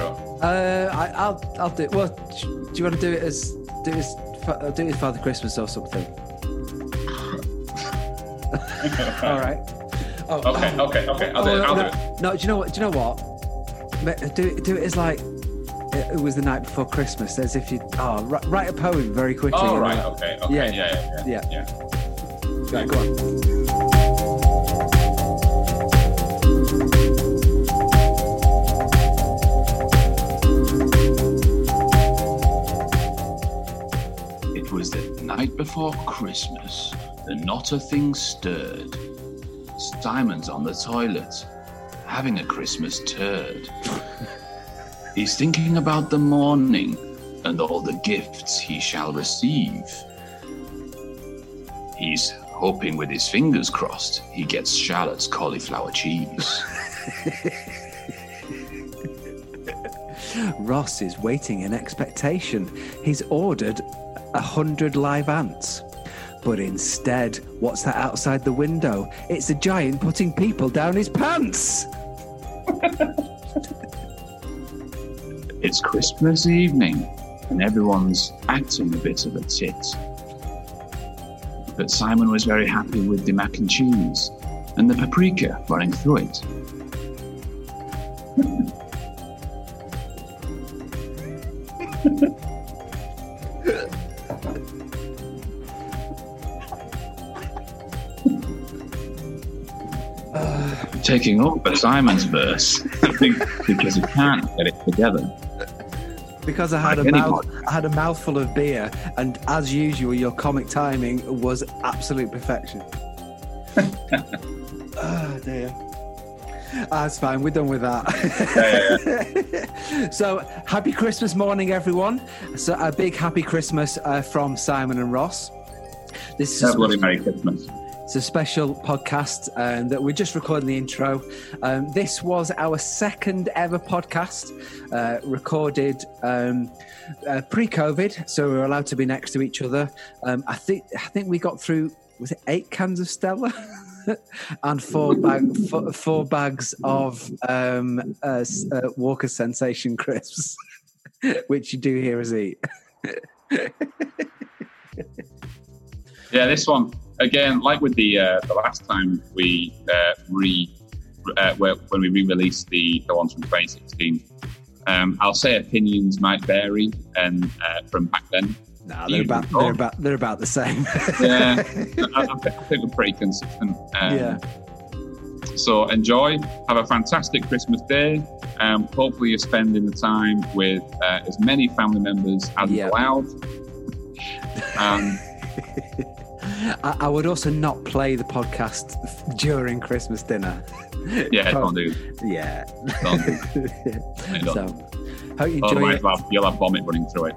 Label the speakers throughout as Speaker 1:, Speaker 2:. Speaker 1: Uh, I, I'll I'll do. Well, do you want to do it as do it as fa- uh, do it as Father Christmas or something? All right. Oh,
Speaker 2: Okay, okay, okay. I'll do it.
Speaker 1: no,
Speaker 2: I'll do
Speaker 1: no,
Speaker 2: it.
Speaker 1: No, do you know what? Do you know what? Ma- Do it. Do it as like it it was the night before Christmas, as if you. Oh, write, write a poem very quickly.
Speaker 2: Oh,
Speaker 1: you
Speaker 2: right.
Speaker 1: know.
Speaker 2: Okay. Okay.
Speaker 1: Yeah.
Speaker 2: Yeah. Yeah. Yeah.
Speaker 1: Yeah.
Speaker 2: yeah.
Speaker 1: Right, go on.
Speaker 3: It was the night before Christmas. The not a thing stirred. Simon's on the toilet, having a Christmas turd. He's thinking about the morning and all the gifts he shall receive. He's hoping with his fingers crossed he gets shallots, cauliflower cheese.
Speaker 1: Ross is waiting in expectation. He's ordered a hundred live ants. But instead, what's that outside the window? It's a giant putting people down his pants!
Speaker 3: It's Christmas evening, and everyone's acting a bit of a tit. But Simon was very happy with the mac and cheese and the paprika running through it. Uh, Taking over Simon's verse, I think, because he can't get it together.
Speaker 1: Because I had
Speaker 3: Like
Speaker 1: a
Speaker 3: anyone.
Speaker 1: mouth, I had a mouthful of beer, and as usual, your comic timing was absolute perfection. oh dear. That's fine. We're done with that. so, happy Christmas morning, everyone. So, a big happy Christmas uh, from Simon and Ross. This is a
Speaker 3: Bloody Merry Christmas.
Speaker 1: it's a special podcast um, that we're just recording the intro. Um, this was our second ever podcast, uh, recorded um, uh, pre-COVID, so we were allowed to be next to each other. Um, I think I think we got through was it eight cans of Stella and four bag four, four bags of um, uh, s- uh, Walker Sensation crisps, which you do hear us eat.
Speaker 2: Yeah, this one again, like with the uh, the last time we uh, re uh, where, when we re-released the the ones from 2016. Um, I'll say opinions might vary, and uh, from back then,
Speaker 1: Nah, they're about they're about they're about the same.
Speaker 2: yeah, I, I think- I think we're pretty consistent. Um,
Speaker 1: yeah.
Speaker 2: So enjoy, have a fantastic Christmas day. Um, hopefully, you're spending the time with uh, as many family members as
Speaker 1: Yeah.
Speaker 2: allowed. Um,
Speaker 1: I, I would also not play the podcast f- during Christmas dinner.
Speaker 2: yeah, don't do,
Speaker 1: Yeah.
Speaker 2: don't do. Don't.
Speaker 1: so, hope you enjoy
Speaker 2: Otherwise,
Speaker 1: it.
Speaker 2: you'll have, you'll have vomit running through it.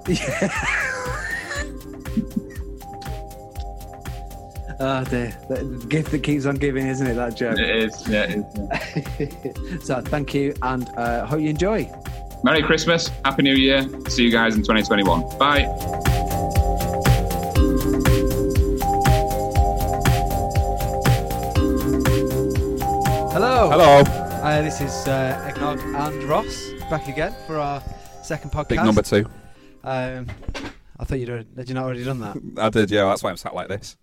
Speaker 1: Oh, dear. The gift that keeps on giving, isn't it? That joke.
Speaker 2: It is. Yeah, it is.
Speaker 1: so, thank you, and uh, hope you enjoy.
Speaker 2: Merry Christmas, Happy New Year. See you guys in 2021. Bye.
Speaker 4: Hello.
Speaker 5: Hello.
Speaker 4: Uh, this is uh, Eggnog and Ross back again for our second podcast.
Speaker 5: Big number two.
Speaker 4: Um, I thought you'd already, had you not already done that.
Speaker 5: I did, yeah. That's why I'm sat like this.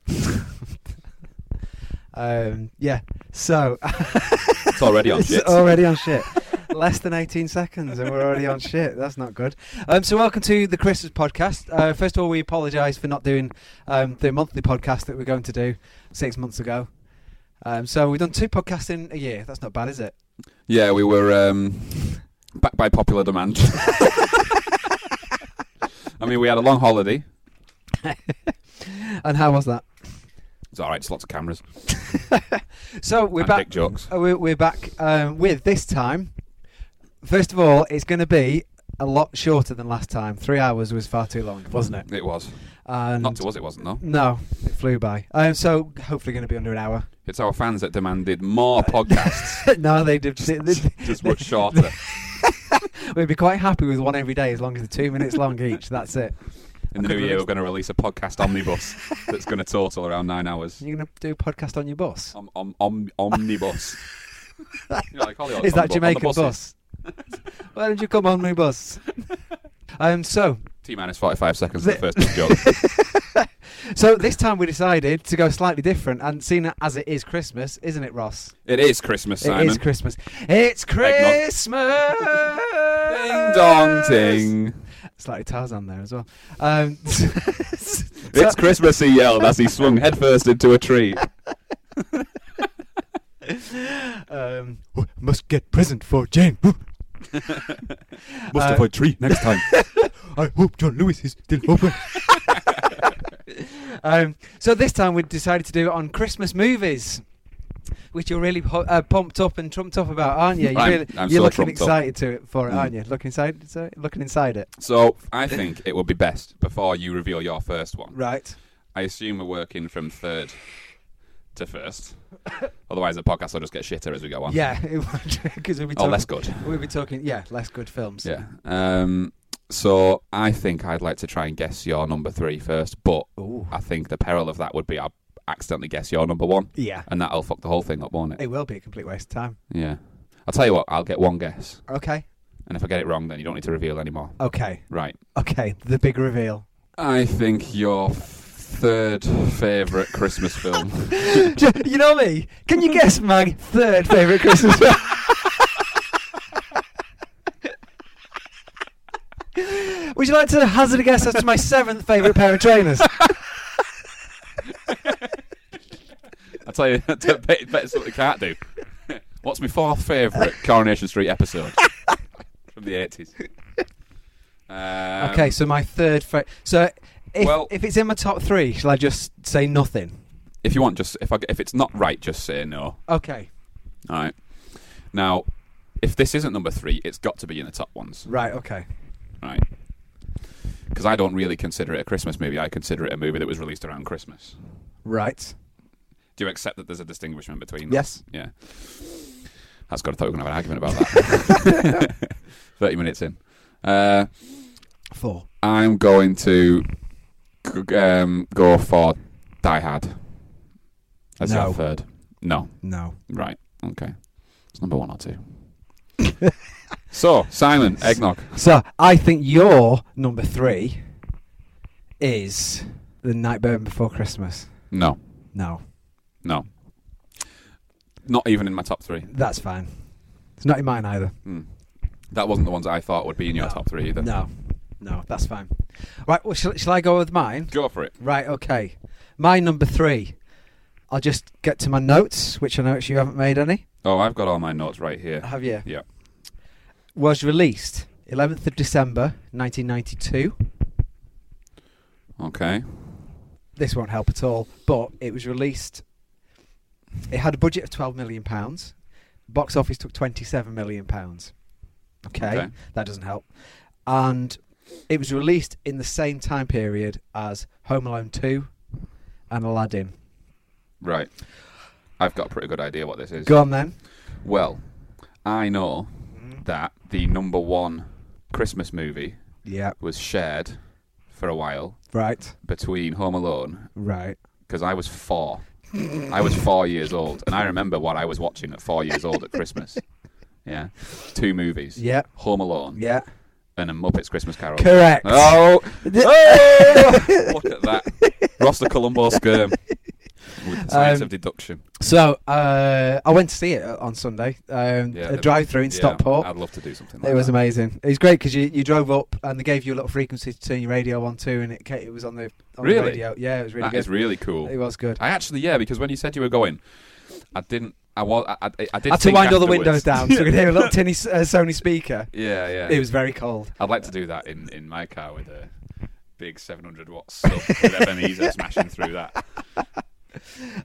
Speaker 4: Um, yeah. So
Speaker 5: It's already on
Speaker 4: it's
Speaker 5: shit.
Speaker 4: already on shit. Less than 18 seconds, and we're already on shit. That's not good. Um, so, welcome to the Christmas podcast. Uh, first of all, we apologise for not doing um, the monthly podcast that we're going to do six months ago. Um, so, we've done two podcasts in a year. That's not bad, is it?
Speaker 5: Yeah, we were um, back by popular demand. I mean, we had a long holiday.
Speaker 4: And how was that?
Speaker 5: It's all right. Just lots of cameras.
Speaker 4: So, we're
Speaker 5: and
Speaker 4: back.
Speaker 5: Dick jokes.
Speaker 4: Uh, We're, we're back um, with this time. First of all, it's going to be a lot shorter than last time. Three hours was far too long, wasn't it?
Speaker 5: It was.
Speaker 4: And
Speaker 5: Not to us, it wasn't though.
Speaker 1: Mm.
Speaker 4: no, it flew by. Um, so hopefully, going to be under an hour.
Speaker 5: It's our fans that demanded more podcasts.
Speaker 4: no, they did.
Speaker 5: just much shorter.
Speaker 4: We'd be quite happy with one every day as long as they're two minutes long each. That's it.
Speaker 5: In the new year, we're going to release a podcast omnibus that's going to total around nine hours.
Speaker 4: You're going to do a podcast
Speaker 5: Oh,
Speaker 4: on your bus.
Speaker 5: Om, om, om, omnibus. You know, like Hollywood,
Speaker 4: Is
Speaker 5: on
Speaker 4: that
Speaker 5: the bu- on the
Speaker 4: Jamaican
Speaker 5: buses.
Speaker 4: bus?
Speaker 1: Why don't you come on my bus? Um, so,
Speaker 2: T minus 45 seconds for the first big joke.
Speaker 1: so this time we decided to go slightly different, and seeing as it is Christmas, isn't it, Ross?
Speaker 2: It is Christmas, Simon.
Speaker 1: It is Christmas. It's Christmas.
Speaker 2: Ding dong ding.
Speaker 1: Slightly Tarzan there as well. Um,
Speaker 2: It's Christmas, he yelled as he swung headfirst into a tree.
Speaker 1: um, must get present for Jane.
Speaker 2: Must avoid tree next time.
Speaker 1: I hope John Lewis is still open. um, so this time we decided to do it on Christmas movies, which you're really pu- uh, pumped up and trumped up about, aren't you? You're,
Speaker 2: I'm-
Speaker 1: really,
Speaker 2: I'm
Speaker 1: you're
Speaker 2: still
Speaker 1: looking
Speaker 2: trumped up. Mm.
Speaker 1: excited to it for it, aren't you? Looking inside, so- looking inside it.
Speaker 2: so I think it would be best before you reveal your first one.
Speaker 1: Right.
Speaker 2: I assume we're working from third to first. Otherwise, the podcast will just get shitter as we go on.
Speaker 1: Yeah, because we'll be
Speaker 2: Or
Speaker 1: talking.
Speaker 2: Oh, less good.
Speaker 1: We'll be talking. Yeah, less good films.
Speaker 2: Yeah. Um, so I think I'd like to try and guess your number three first, but
Speaker 1: Ooh.
Speaker 2: I think the peril of that would be I accidentally guess your number one,
Speaker 1: Yeah.
Speaker 2: and that'll fuck the whole thing up, won't it?
Speaker 1: It will be a complete waste of time.
Speaker 2: Yeah. I'll tell you what. I'll get one guess,
Speaker 1: Okay.
Speaker 2: and if I get it wrong, then you don't need to reveal anymore.
Speaker 1: Okay.
Speaker 2: Right.
Speaker 1: Okay. The big reveal.
Speaker 2: I think your third favourite Christmas film.
Speaker 1: J- you know me. Can you guess my third favorite Christmas film? Would you like to hazard a guess as to my seventh favorite pair of trainers?
Speaker 2: I tell you, that's a bit- that's what they can't do. What's my fourth favourite Coronation Street episode from the eighties? Um,
Speaker 1: okay, so my third favorite. So if,
Speaker 2: Well-
Speaker 1: if it's in my top three, shall I just say nothing?
Speaker 2: If you want, just if I, if it's not right, just say no.
Speaker 1: Okay.
Speaker 2: All right. Now, if this isn't number three, it's got to be in the top ones,
Speaker 1: Right. Okay.
Speaker 2: right? Because I don't really consider it a Christmas movie. I consider it a movie that was released around Christmas.
Speaker 1: Right.
Speaker 2: Do you accept that there's a distinguishment between?
Speaker 1: Yes.
Speaker 2: Yeah. That's good. I thought we were going to have an argument about that. 30 minutes in. Uh,
Speaker 1: Four.
Speaker 2: I'm going to g- um, go for Die Hard. That's
Speaker 1: No.
Speaker 2: your third. No.
Speaker 1: No.
Speaker 2: Right. Okay. It's number one or two. so, Simon, eggnog.
Speaker 1: So I think your number three is the night Burn before Christmas.
Speaker 2: No.
Speaker 1: No,
Speaker 2: No. Not even in my top three.
Speaker 1: that's fine. It's not in mine either.
Speaker 2: Hmm. That wasn't the ones I thought would be in your
Speaker 1: No.
Speaker 2: top three either.
Speaker 1: No, no, that's fine. Right, well, shall, shall I go with mine?
Speaker 2: Go for it.
Speaker 1: Right, okay. My number three. I'll just get to my notes, which I know you haven't made any.
Speaker 2: Oh, I've got all my notes right here.
Speaker 1: Have you?
Speaker 2: Yeah.
Speaker 1: Was released 11th of December 1992.
Speaker 2: Okay.
Speaker 1: This won't help at all, but it was released. It had a budget of 12 million pounds. Box office took 27 million pounds. Okay.
Speaker 2: Okay.
Speaker 1: That doesn't help. And it was released in the same time period as Home Alone 2 and Aladdin.
Speaker 2: Right. I've got a pretty good idea what this is.
Speaker 1: Go on then.
Speaker 2: Well, I know that the number one Christmas movie
Speaker 1: Yeah.
Speaker 2: was shared for a while
Speaker 1: Right.
Speaker 2: between Home Alone
Speaker 1: Right.
Speaker 2: because I was four. I was four years old, and I remember what I was watching at four years old at Christmas. Yeah, two movies.
Speaker 1: Yeah.
Speaker 2: Home Alone
Speaker 1: Yeah.
Speaker 2: and A Muppet's Christmas Carol.
Speaker 1: Correct.
Speaker 2: Oh,
Speaker 1: Th-
Speaker 2: oh! look at that, Ross the Columbo Skirm with the science
Speaker 1: Um,
Speaker 2: of deduction.
Speaker 1: So uh, I went to see it on Sunday, um,
Speaker 2: Yeah,
Speaker 1: a
Speaker 2: the-
Speaker 1: drive-through in
Speaker 2: Yeah,
Speaker 1: Stockport.
Speaker 2: I'd love to do something. Like
Speaker 1: It was
Speaker 2: that.
Speaker 1: amazing. It was great because you, you drove up and they gave you a little frequency to turn your radio on too, and it ca- it was on the on the
Speaker 2: Really?
Speaker 1: radio. Yeah, it was really
Speaker 2: That is
Speaker 1: good.
Speaker 2: really cool.
Speaker 1: it was good.
Speaker 2: I actually, yeah, because when you said you were going, I didn't. I was. I, I, I
Speaker 1: I
Speaker 2: did.
Speaker 1: had to
Speaker 2: think
Speaker 1: wind all the
Speaker 2: afterwards.
Speaker 1: windows down so we could hear a little tinny s- uh, Sony speaker.
Speaker 2: Yeah, yeah.
Speaker 1: It was very cold.
Speaker 2: I'd like to do that in, in my car with a big 700 watt sub with Ebenezer smashing through that.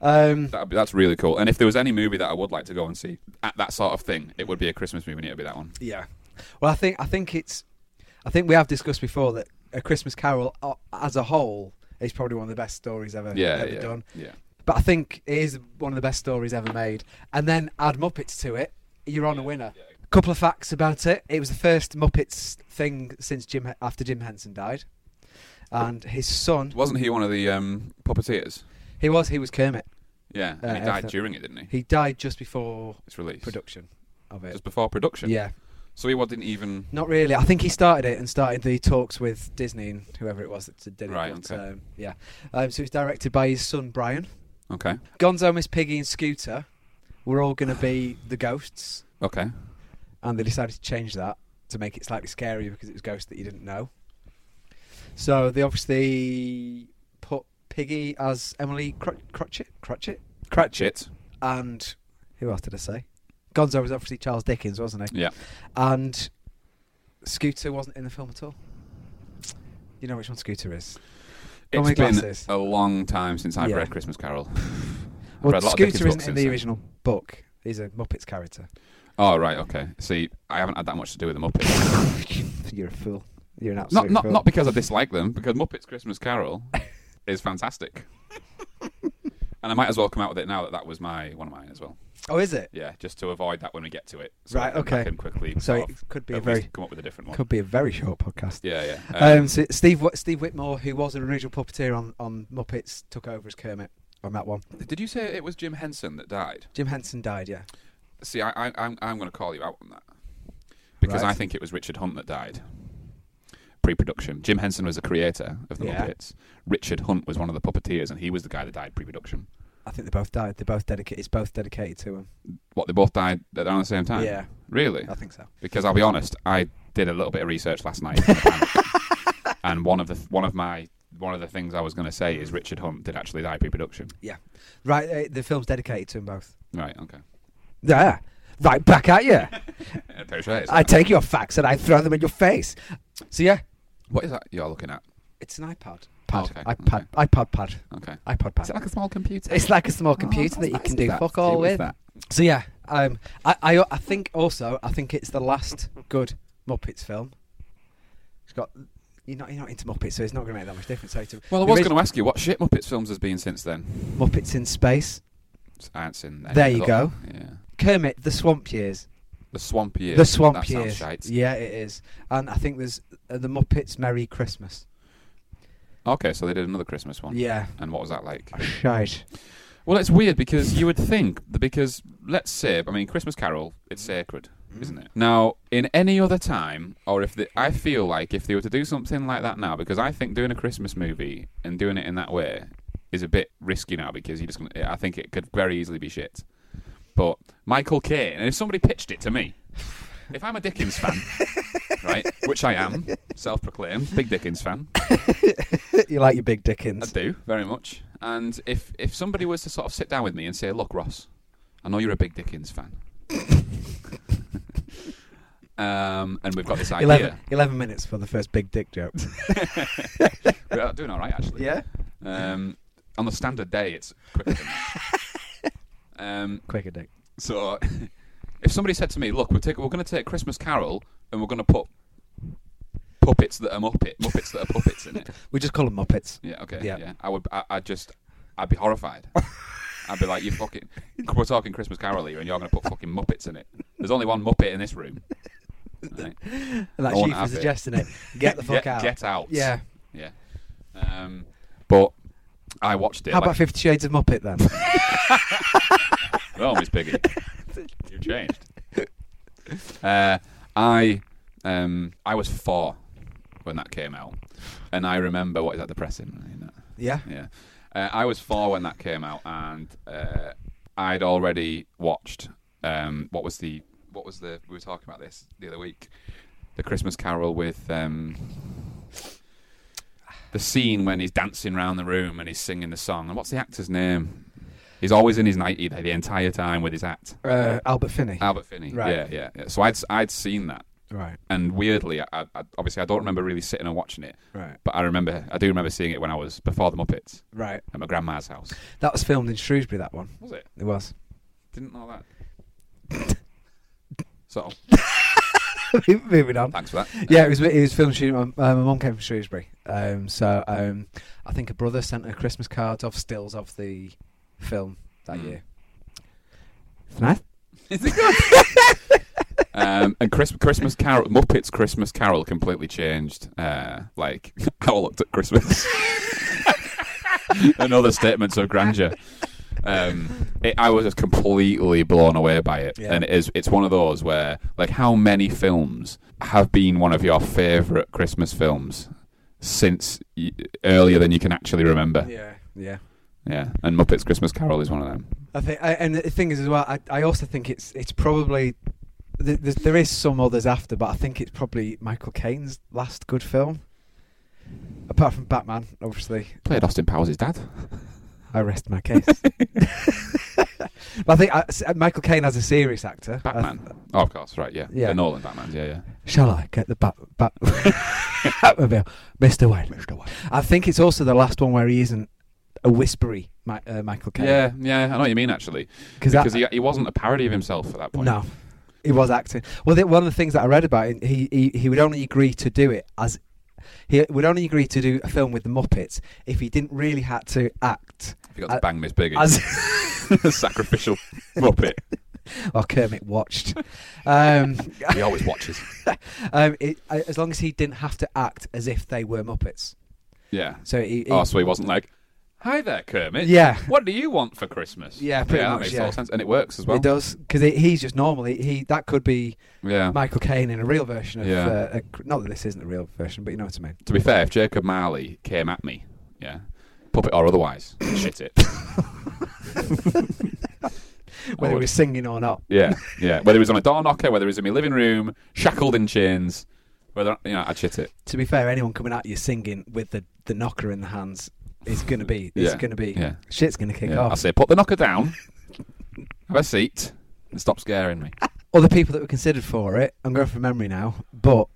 Speaker 1: Um,
Speaker 2: That'd be, that's really cool. And if there was any movie that I would like to go and see at that sort of thing, it would be a Christmas movie, and it'd be that one.
Speaker 1: yeah. Well, I think I think it's I think we have discussed before that a Christmas Carol uh, as a whole is probably one of the best stories ever
Speaker 2: Yeah,
Speaker 1: ever
Speaker 2: yeah,
Speaker 1: done.
Speaker 2: yeah.
Speaker 1: But I think it is one of the best stories ever made. And then add Muppets to it, you're on a winner. Couple of facts about it: it was the first Muppets thing since Jim after Jim Henson died, and his son.
Speaker 2: Wasn't he one of the um, puppeteers?
Speaker 1: He was he was Kermit.
Speaker 2: Yeah, and
Speaker 1: Uh,
Speaker 2: he died
Speaker 1: Ethel.
Speaker 2: during it, didn't he?
Speaker 1: He died just before
Speaker 2: It's released
Speaker 1: production of it.
Speaker 2: just before production.
Speaker 1: Yeah,
Speaker 2: So Ewan didn't even.
Speaker 1: Not really. I think he started it and started the talks with Disney and whoever it was that did it.
Speaker 2: Right,
Speaker 1: but,
Speaker 2: okay.
Speaker 1: um, yeah. Um, so it's directed by his son Brian.
Speaker 2: Okay.
Speaker 1: Gonzo, Miss Piggy, and Scooter were all going to be the ghosts,
Speaker 2: Okay.
Speaker 1: and they decided to change that to make it slightly scarier because it was ghosts that you didn't know. So they obviously put Piggy as Emily Cru- Crutchet, Crutchet,
Speaker 2: Cratchit.
Speaker 1: and who else did I say? Gonzo was obviously Charles Dickens, wasn't he?
Speaker 2: Yeah.
Speaker 1: And Scooter wasn't in the film at all. You know which one Scooter is.
Speaker 2: It's
Speaker 1: my
Speaker 2: been
Speaker 1: glasses.
Speaker 2: a long time since I've
Speaker 1: Yeah.
Speaker 2: read Christmas Carol. I've
Speaker 1: Well,
Speaker 2: read a lot of Dickens books
Speaker 1: Scooter isn't in
Speaker 2: since
Speaker 1: the
Speaker 2: then.
Speaker 1: original book. He's a Muppets character.
Speaker 2: Oh right, okay. See, I haven't had that much to do with the Muppets.
Speaker 1: You're a fool. You're an absolute
Speaker 2: not not
Speaker 1: fool.
Speaker 2: not because I dislike them, because Muppets Christmas Carol is fantastic. and I might as well come out with it now that that was my one of mine as well.
Speaker 1: Oh, is it?
Speaker 2: Yeah, just to avoid that when we get to it. So
Speaker 1: Right,
Speaker 2: I can-
Speaker 1: okay.
Speaker 2: I can quickly.
Speaker 1: So
Speaker 2: sort
Speaker 1: it
Speaker 2: of
Speaker 1: could be a
Speaker 2: at least
Speaker 1: very-
Speaker 2: come up with a different one.
Speaker 1: Could be a very short podcast.
Speaker 2: Yeah, yeah. Um,
Speaker 1: Um, so Steve Wh- Steve Whitmore, who was an original puppeteer on, on Muppets, took over as Kermit on that one.
Speaker 2: did you say it was Jim Henson that died?
Speaker 1: Jim Henson died, yeah.
Speaker 2: See, I, I, I'm, I'm going to call you out on that because
Speaker 1: Right.
Speaker 2: I think it was Richard Hunt that died. Pre-production. Jim Henson was the creator of the
Speaker 1: Yeah.
Speaker 2: Muppets. Richard Hunt was one of the puppeteers, and he was the guy that died pre-production.
Speaker 1: I think they both died. They both dedicated. It's both dedicated to him.
Speaker 2: What they both died at around the same time.
Speaker 1: Yeah.
Speaker 2: Really?
Speaker 1: I think so.
Speaker 2: Because I'll be honest, I did a little bit of research last night, and one of the one of my one of the things I was going to say is Richard Hunt did actually die pre-production.
Speaker 1: Yeah. Right. Uh, the film's dedicated to them both.
Speaker 2: Right. Okay.
Speaker 1: Yeah. Right back at you.
Speaker 2: There she is.
Speaker 1: I take your facts and I throw them in your face. So yeah,
Speaker 2: What is that you're looking at?
Speaker 1: it's an iPad. Pad.
Speaker 2: Oh, Okay,
Speaker 1: iPad. iPod pad.
Speaker 2: Okay.
Speaker 1: iPod pad.
Speaker 2: Is Oh, it like a small computer?
Speaker 1: It's like a small computer that you can do fuck all with. So yeah, um, I, I I think also I think it's the last good Muppets film. It's got you're not you're not into Muppets, so it's not going to make that much difference. So to-
Speaker 2: Well, I
Speaker 1: the
Speaker 2: was
Speaker 1: orig-
Speaker 2: going to ask you what shit Muppets films has been since then.
Speaker 1: Muppets in Space,
Speaker 2: Ants in
Speaker 1: There you go.
Speaker 2: Yeah.
Speaker 1: Kermit, The Swamp Years,
Speaker 2: The Swamp Years.
Speaker 1: The Swamp
Speaker 2: that sounds
Speaker 1: Years.
Speaker 2: shite.
Speaker 1: Yeah, it is, and I think there's uh, the Muppets Merry Christmas.
Speaker 2: Okay, so they did another Christmas one.
Speaker 1: Yeah,
Speaker 2: And what was that like?
Speaker 1: shite.
Speaker 2: Well, it's weird because you would think that because let's say, I mean, Christmas Carol,
Speaker 1: Mm.
Speaker 2: it's sacred, isn't it? Now, in any other time, or if the, I feel like if they were to do something like that now, because I think doing a Christmas movie and doing it in that way is a bit risky now because you just, gonna- I think it could very easily be shit. But Michael Caine, and if somebody pitched it to me, if I'm a Dickens fan, right, which I am, self-proclaimed, big Dickens fan,
Speaker 1: you like your big
Speaker 2: I
Speaker 1: Dickens?
Speaker 2: do very much. And if if somebody was to sort of sit down with me and say, "Look, Ross, I know you're a big Dickens fan, um, and we've got this idea.
Speaker 1: 11, 11 minutes for the first big dick joke.
Speaker 2: We're doing all right, actually.
Speaker 1: yeah,
Speaker 2: Um, on the standard day, it's quicker than that. um,
Speaker 1: quicker dick.
Speaker 2: so, if somebody said to me, "Look, we're take, we're going to take Christmas Carol and we're going to put puppets that are muppet muppets that are puppets in it,"
Speaker 1: We just call them Muppets.
Speaker 2: Yeah, okay.
Speaker 1: Yeah.
Speaker 2: Yeah. I would I, I'd just I'd be horrified. I'd be like, You fucking we're talking Christmas Carol here and you're gonna put fucking Muppets in it. There's only one Muppet in this room. Right.
Speaker 1: And that's
Speaker 2: I
Speaker 1: you
Speaker 2: wanna
Speaker 1: for
Speaker 2: have it.
Speaker 1: suggesting it. Get the fuck
Speaker 2: get,
Speaker 1: out.
Speaker 2: Get out.
Speaker 1: Yeah.
Speaker 2: Yeah. Um but I watched it.
Speaker 1: How
Speaker 2: like,
Speaker 1: about Fifty Shades of Muppet then?
Speaker 2: Oh, Miss Piggy, you've changed. Uh, I um, I was four when that came out, and I remember what is that the pressing? Isn't it?
Speaker 1: yeah.
Speaker 2: Yeah. Uh, I was four when that came out, and uh, I'd already watched. Um, what was the? What was the? We were talking about this the other week. The Christmas Carol with um, the scene when he's dancing round the room and he's singing the song. And what's the actor's name? He's always in his nightie the the entire time with his hat.
Speaker 1: Uh, Albert Finney.
Speaker 2: Albert Finney.
Speaker 1: Right.
Speaker 2: Yeah, yeah, yeah. So I'd I'd seen that,
Speaker 1: right.
Speaker 2: and weirdly, I, I, obviously I don't remember really sitting and watching it,
Speaker 1: Right.
Speaker 2: but I remember I do remember seeing it when I was before the Muppets
Speaker 1: Right.
Speaker 2: at my grandma's house.
Speaker 1: That was filmed in Shrewsbury. That one.
Speaker 2: Was it?
Speaker 1: It was.
Speaker 2: Didn't know that. so,
Speaker 1: Moving on.
Speaker 2: thanks for that.
Speaker 1: Yeah, it was. It was filmed. in Shrew- Um, my mum came from Shrewsbury, um, so um, I think a brother sent her Christmas cards of stills of the film that
Speaker 2: Mm.
Speaker 1: year. It's nice.
Speaker 2: Is it good? um, and Chris, Christmas Carol, Muppets Christmas Carol completely changed, uh, like, how I looked at Christmas. and other statements of grandeur. Um, it, I was just completely blown away by it,
Speaker 1: Yeah.
Speaker 2: and it is, it's one of those where, like, how many films have been one of your favorite Christmas films since y- earlier than you can actually remember?
Speaker 1: Yeah, yeah.
Speaker 2: Yeah, and Muppets Christmas Carol is one of them.
Speaker 1: I think, I, and the thing is as well, I, I also think it's it's probably th- there's- there is some others after, but I think it's probably Michael Caine's last good film, apart from Batman, obviously.
Speaker 2: Played Austin Powers' dad.
Speaker 1: I rest my case. but I think I, s- uh, Michael Caine as a serious actor. I-
Speaker 2: Batman. Oh, of course, right? Yeah,
Speaker 1: Yeah.
Speaker 2: The Nolan Batman. Yeah, yeah.
Speaker 1: Shall I get the bat bat Batmobile, Mister Wayne? Mister Wayne. I think it's also the last one where he isn't a whispery Mi- uh, Michael Caine.
Speaker 2: Yeah, yeah. I know what you mean actually,
Speaker 1: because
Speaker 2: because he, he wasn't a parody of himself at that point.
Speaker 1: No, he was acting. Well, the, one of the things that I read about, it, he, he he would only agree to do it as he would only agree to do a film with the Muppets if he didn't really had to act
Speaker 2: he got to
Speaker 1: I-
Speaker 2: bang Miss Biggie,
Speaker 1: as
Speaker 2: sacrificial Muppet.
Speaker 1: or Kermit watched. Um,
Speaker 2: He always watches.
Speaker 1: um, it, as long as he didn't have to act as if they were Muppets.
Speaker 2: Yeah.
Speaker 1: So he, he
Speaker 2: Oh, so he wasn't like, "Hi there, Kermit.
Speaker 1: Yeah.
Speaker 2: What do you want for Christmas?
Speaker 1: Yeah, pretty
Speaker 2: that
Speaker 1: much,
Speaker 2: makes
Speaker 1: yeah.
Speaker 2: total sense, and it works as well.
Speaker 1: it does because he's just normally he that could be
Speaker 2: Yeah.
Speaker 1: Michael Caine in a real version of
Speaker 2: Yeah.
Speaker 1: uh, a, not that this isn't a real version, but you know what I mean.
Speaker 2: to be fair, if Jacob Marley came at me, yeah, puppet or otherwise, shit it.
Speaker 1: Whether
Speaker 2: would.
Speaker 1: he was singing or not.
Speaker 2: Yeah, yeah. Whether he was on a door knocker, whether he was in my living room, shackled in chains, whether you know, I'd shit it.
Speaker 1: to be fair, anyone coming at you singing with the, the knocker in the hands is gonna be it's
Speaker 2: Yeah.
Speaker 1: gonna be
Speaker 2: Yeah.
Speaker 1: shit's gonna kick
Speaker 2: Yeah. I
Speaker 1: off.
Speaker 2: say, put the knocker down, have a seat, and stop scaring me.
Speaker 1: Other people that were considered for it, I'm going from memory now, but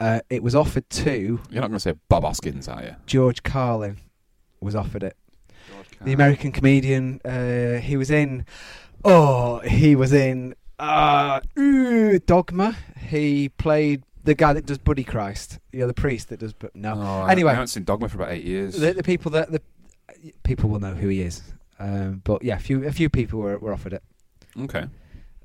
Speaker 1: uh, it was offered to
Speaker 2: You're not going to say Bob Hoskins, are you?
Speaker 1: George Carlin. Was offered it. The American comedian. Uh, he was in. Oh, he was in uh, ooh, Dogma. He played the guy that does Buddy Christ. You know, the priest that does. But no.
Speaker 2: Oh, I-
Speaker 1: anyway,
Speaker 2: I haven't seen Dogma for about eight years.
Speaker 1: the, the people that the people will know who he is. Um, but yeah, a few a few people were, were offered it,
Speaker 2: okay,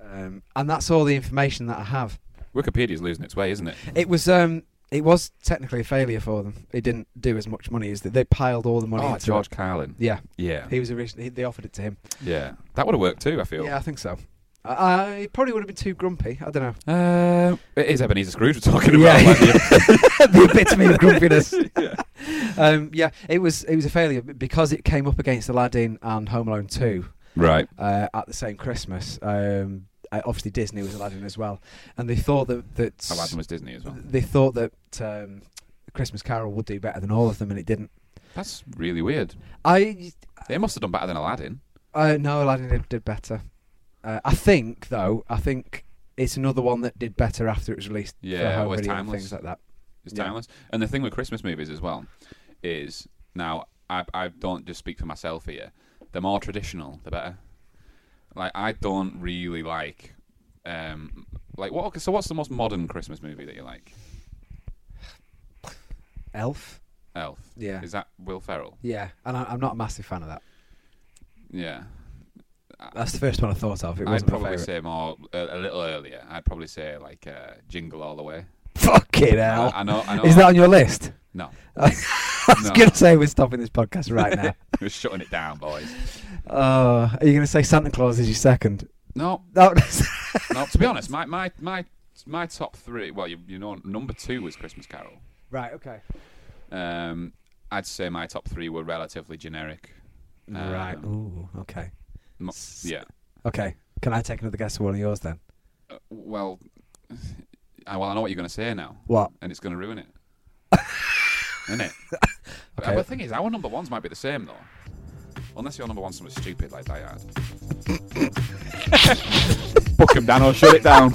Speaker 1: um, and that's all the information that I have.
Speaker 2: Wikipedia's losing its way, isn't it?
Speaker 1: It was um, it was technically a failure for them. It didn't do as much money as they, they piled all the money.
Speaker 2: Oh,
Speaker 1: into
Speaker 2: George
Speaker 1: it.
Speaker 2: Carlin.
Speaker 1: Yeah,
Speaker 2: Yeah,
Speaker 1: he was originally they offered it to him.
Speaker 2: yeah. That would have worked too. I feel.
Speaker 1: Yeah, I think so. I, I he probably would have been too grumpy. I don't know.
Speaker 2: Uh, it is Ebenezer Scrooge we're talking about.
Speaker 1: Yeah.
Speaker 2: like, yeah.
Speaker 1: the epitome of grumpiness. Um, yeah, it was it was a failure because it came up against Aladdin and Home Alone two.
Speaker 2: Right.
Speaker 1: uh, at the same Christmas. Um, uh, obviously, Disney was Aladdin as well, and they thought that that
Speaker 2: Oh, Aladdin was Disney as well.
Speaker 1: they thought that um, Christmas Carol would do better than all of them, and it didn't.
Speaker 2: That's really weird.
Speaker 1: I
Speaker 2: They must have done better than Aladdin.
Speaker 1: uh, no, Aladdin did, did better. Uh, I think though, I think it's another one that did better after it was released.
Speaker 2: Yeah,
Speaker 1: for home
Speaker 2: it was
Speaker 1: video and
Speaker 2: timeless.
Speaker 1: things like that.
Speaker 2: It's
Speaker 1: Yeah.
Speaker 2: timeless. And the thing with Christmas movies as well is now I I don't just speak for myself here. The more traditional, the better. Like I don't really like um like what so what's the most modern Christmas movie that you like?
Speaker 1: Elf.
Speaker 2: Elf.
Speaker 1: Yeah.
Speaker 2: Is that Will Ferrell?
Speaker 1: Yeah, and I, I'm not a massive fan of that.
Speaker 2: Yeah.
Speaker 1: That's the first one I thought of. It
Speaker 2: Ah. I'd
Speaker 1: wasn't
Speaker 2: probably
Speaker 1: my favorite.
Speaker 2: say more a, a little earlier. I'd probably say like uh, Jingle All the Way.
Speaker 1: Fucking hell!
Speaker 2: I, I know. I know.
Speaker 1: Oh. Is that on your list?
Speaker 2: no?
Speaker 1: I was
Speaker 2: No.
Speaker 1: gonna say we're stopping this podcast right now.
Speaker 2: We're shutting it down, boys.
Speaker 1: Uh, are you going to say Santa Claus is your second?
Speaker 2: No,
Speaker 1: No,
Speaker 2: no. To be honest, my my my my top three. Well, you, you know, number two was Christmas Carol.
Speaker 1: right. Okay.
Speaker 2: Um, I'd say my top three were relatively generic. Um,
Speaker 1: right. Ooh. Okay.
Speaker 2: mo- yeah.
Speaker 1: Okay. Can I take another guess at one of yours then?
Speaker 2: Uh, well, I, well, I know what you're going to say now,
Speaker 1: What?
Speaker 2: and it's going to ruin it. Isn't it?
Speaker 1: Okay.
Speaker 2: But the thing is, our number ones might be the same though, unless your number one's something stupid like Die Hard. Book 'em down or shut it down.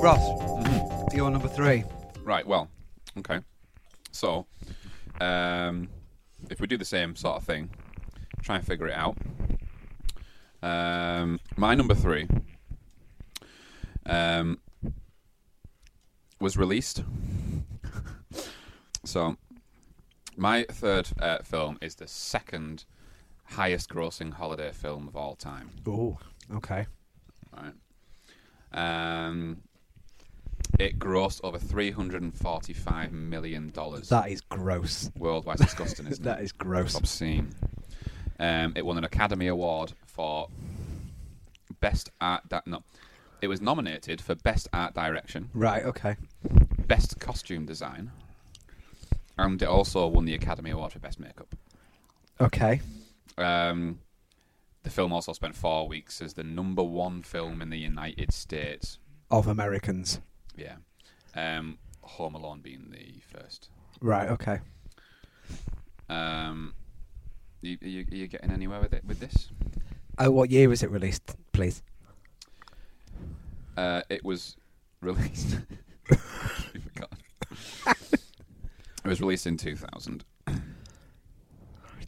Speaker 1: Ross,
Speaker 2: Mm-hmm.
Speaker 1: you're number three.
Speaker 2: Right. Well, okay. So, um, if we do the same sort of thing, try and figure it out. Um, my number three um, was released. so, my third uh, film is the second highest-grossing holiday film of all time.
Speaker 1: Ooh. Okay.
Speaker 2: Right. Um, it grossed over three hundred and forty-five million dollars
Speaker 1: That is gross.
Speaker 2: worldwide. Disgusting, isn't
Speaker 1: That
Speaker 2: it?
Speaker 1: is gross.
Speaker 2: It's obscene. Um, it won an Academy Award for best art. Di- no, it was nominated for best art direction,
Speaker 1: Right. Okay.
Speaker 2: best costume design, and it also won the Academy Award for best makeup.
Speaker 1: Okay.
Speaker 2: Um, the film also spent four weeks as the number one film in the United States.
Speaker 1: Of Americans.
Speaker 2: Yeah. Um, Home Alone being the first.
Speaker 1: Right. Okay.
Speaker 2: Um, you, are, you, are you getting anywhere with it with this?
Speaker 1: Uh, what year was it released, please?
Speaker 2: Uh, it was released. I've forgotten. it was released in 2000.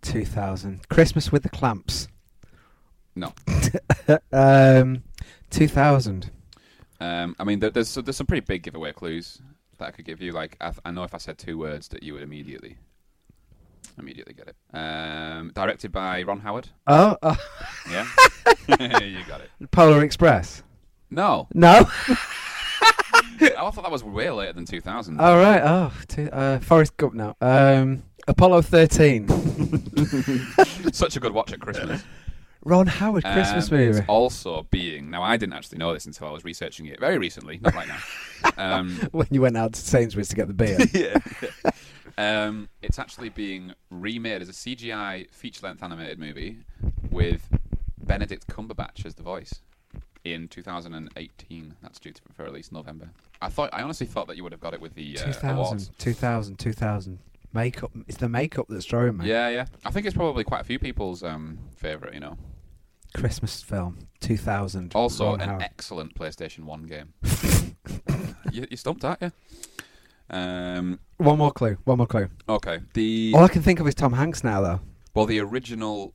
Speaker 1: 2000. Christmas with the Clamps.
Speaker 2: No,
Speaker 1: um, 2000.
Speaker 2: um, I mean there, there's there's some pretty big giveaway clues that I could give you. Like I, th- I know if I said two words that you would immediately immediately get it. Um, directed by Ron Howard.
Speaker 1: Oh, uh,
Speaker 2: Yeah, you got it.
Speaker 1: Polar Express.
Speaker 2: No, Oh,
Speaker 1: No.
Speaker 2: I thought that was way later than 2000.
Speaker 1: All right. Oh, two, uh, Forrest Gump now. Um, Apollo 13.
Speaker 2: Such a good watch at Christmas.
Speaker 1: Ron Howard Christmas
Speaker 2: Um,
Speaker 1: movie.
Speaker 2: It's also being now. I didn't actually know this until I was researching it very recently, not right now. Um,
Speaker 1: when you went out to Sainsbury's to get the beer.
Speaker 2: yeah. um, it's actually being remade as a CGI feature-length animated movie with Benedict Cumberbatch as the voice in 2018. That's due to for release in November. I thought I honestly thought that you would have got it with the uh,
Speaker 1: 2000,
Speaker 2: awards.
Speaker 1: 2000, 2000. Makeup. It's the makeup that's drawing me.
Speaker 2: Yeah, yeah. I think it's probably quite a few people's um, favorite. You know.
Speaker 1: Christmas film. 2000.
Speaker 2: Also,
Speaker 1: Ron
Speaker 2: an
Speaker 1: Howard.
Speaker 2: excellent PlayStation One game. you, you stumped, aren't you? Um,
Speaker 1: One more clue. One more clue.
Speaker 2: okay. The
Speaker 1: All I can think of is Tom Hanks now, though.
Speaker 2: well, the original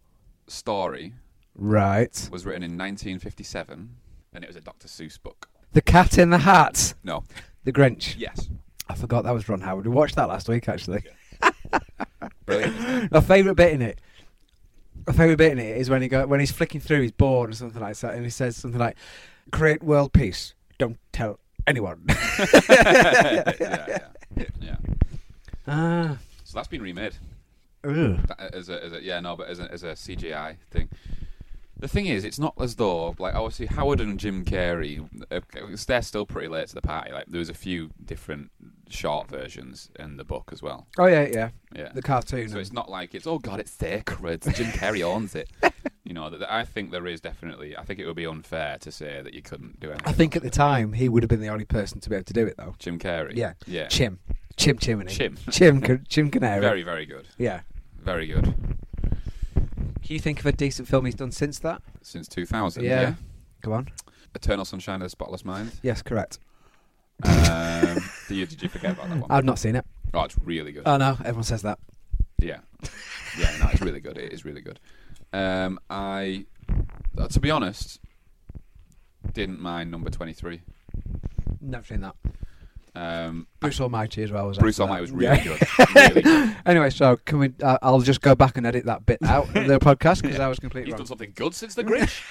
Speaker 2: story
Speaker 1: Right.
Speaker 2: was written in 1957, and it was a Dr. Seuss book.
Speaker 1: The Cat in the Hat.
Speaker 2: No.
Speaker 1: The Grinch.
Speaker 2: Yes.
Speaker 1: I forgot that was Ron Howard. We watched that last week, actually.
Speaker 2: Brilliant. isn't it?
Speaker 1: My favourite bit in it. My favourite bit in it is when he go when he's flicking through, he's bored or something like that, and he says something like, "Create world peace. Don't tell anyone."
Speaker 2: yeah, yeah, yeah.
Speaker 1: ah.
Speaker 2: So that's been remade
Speaker 1: Ugh.
Speaker 2: That- uh, as a, as a yeah no, but as a, as a CGI thing. The thing is, it's not as though like obviously Howard and Jim Carrey, uh, they're still pretty late to the party. Like there was a few different short versions in the book as well.
Speaker 1: Oh yeah, yeah.
Speaker 2: Yeah.
Speaker 1: The cartoon.
Speaker 2: So it's not like it's oh god, it's sacred. Jim Carrey owns it. You know, that I think there is definitely. I think it would be unfair to say that you couldn't do anything.
Speaker 1: I think at the time he would have been the only person to be able to do it, though.
Speaker 2: Jim Carrey.
Speaker 1: Yeah.
Speaker 2: yeah,
Speaker 1: Chim. Chim Chimney.
Speaker 2: Chim.
Speaker 1: Chim. Ca- Chim Canary.
Speaker 2: very, very good,
Speaker 1: Yeah.
Speaker 2: very good.
Speaker 1: Can you think of a decent film he's done since that?
Speaker 2: Since 2000, yeah.
Speaker 1: Yeah. Come on.
Speaker 2: Eternal Sunshine of the Spotless Mind.
Speaker 1: Yes, correct.
Speaker 2: um, did, you, did you forget about that one?
Speaker 1: I've not seen it.
Speaker 2: oh, it's really good.
Speaker 1: Oh no, everyone says that.
Speaker 2: yeah, yeah, no, it's really good. It is really good. Um, I, uh, to be honest, didn't mind number 23.
Speaker 1: Never seen that.
Speaker 2: Um,
Speaker 1: Bruce Almighty as well. Was
Speaker 2: Bruce
Speaker 1: after that.
Speaker 2: Almighty was
Speaker 1: Yeah.
Speaker 2: really good. Really good.
Speaker 1: Anyway, so can we? Uh, I'll just go back and edit that bit out of the podcast because I was completely
Speaker 2: He's
Speaker 1: wrong.
Speaker 2: done something good since the Grinch.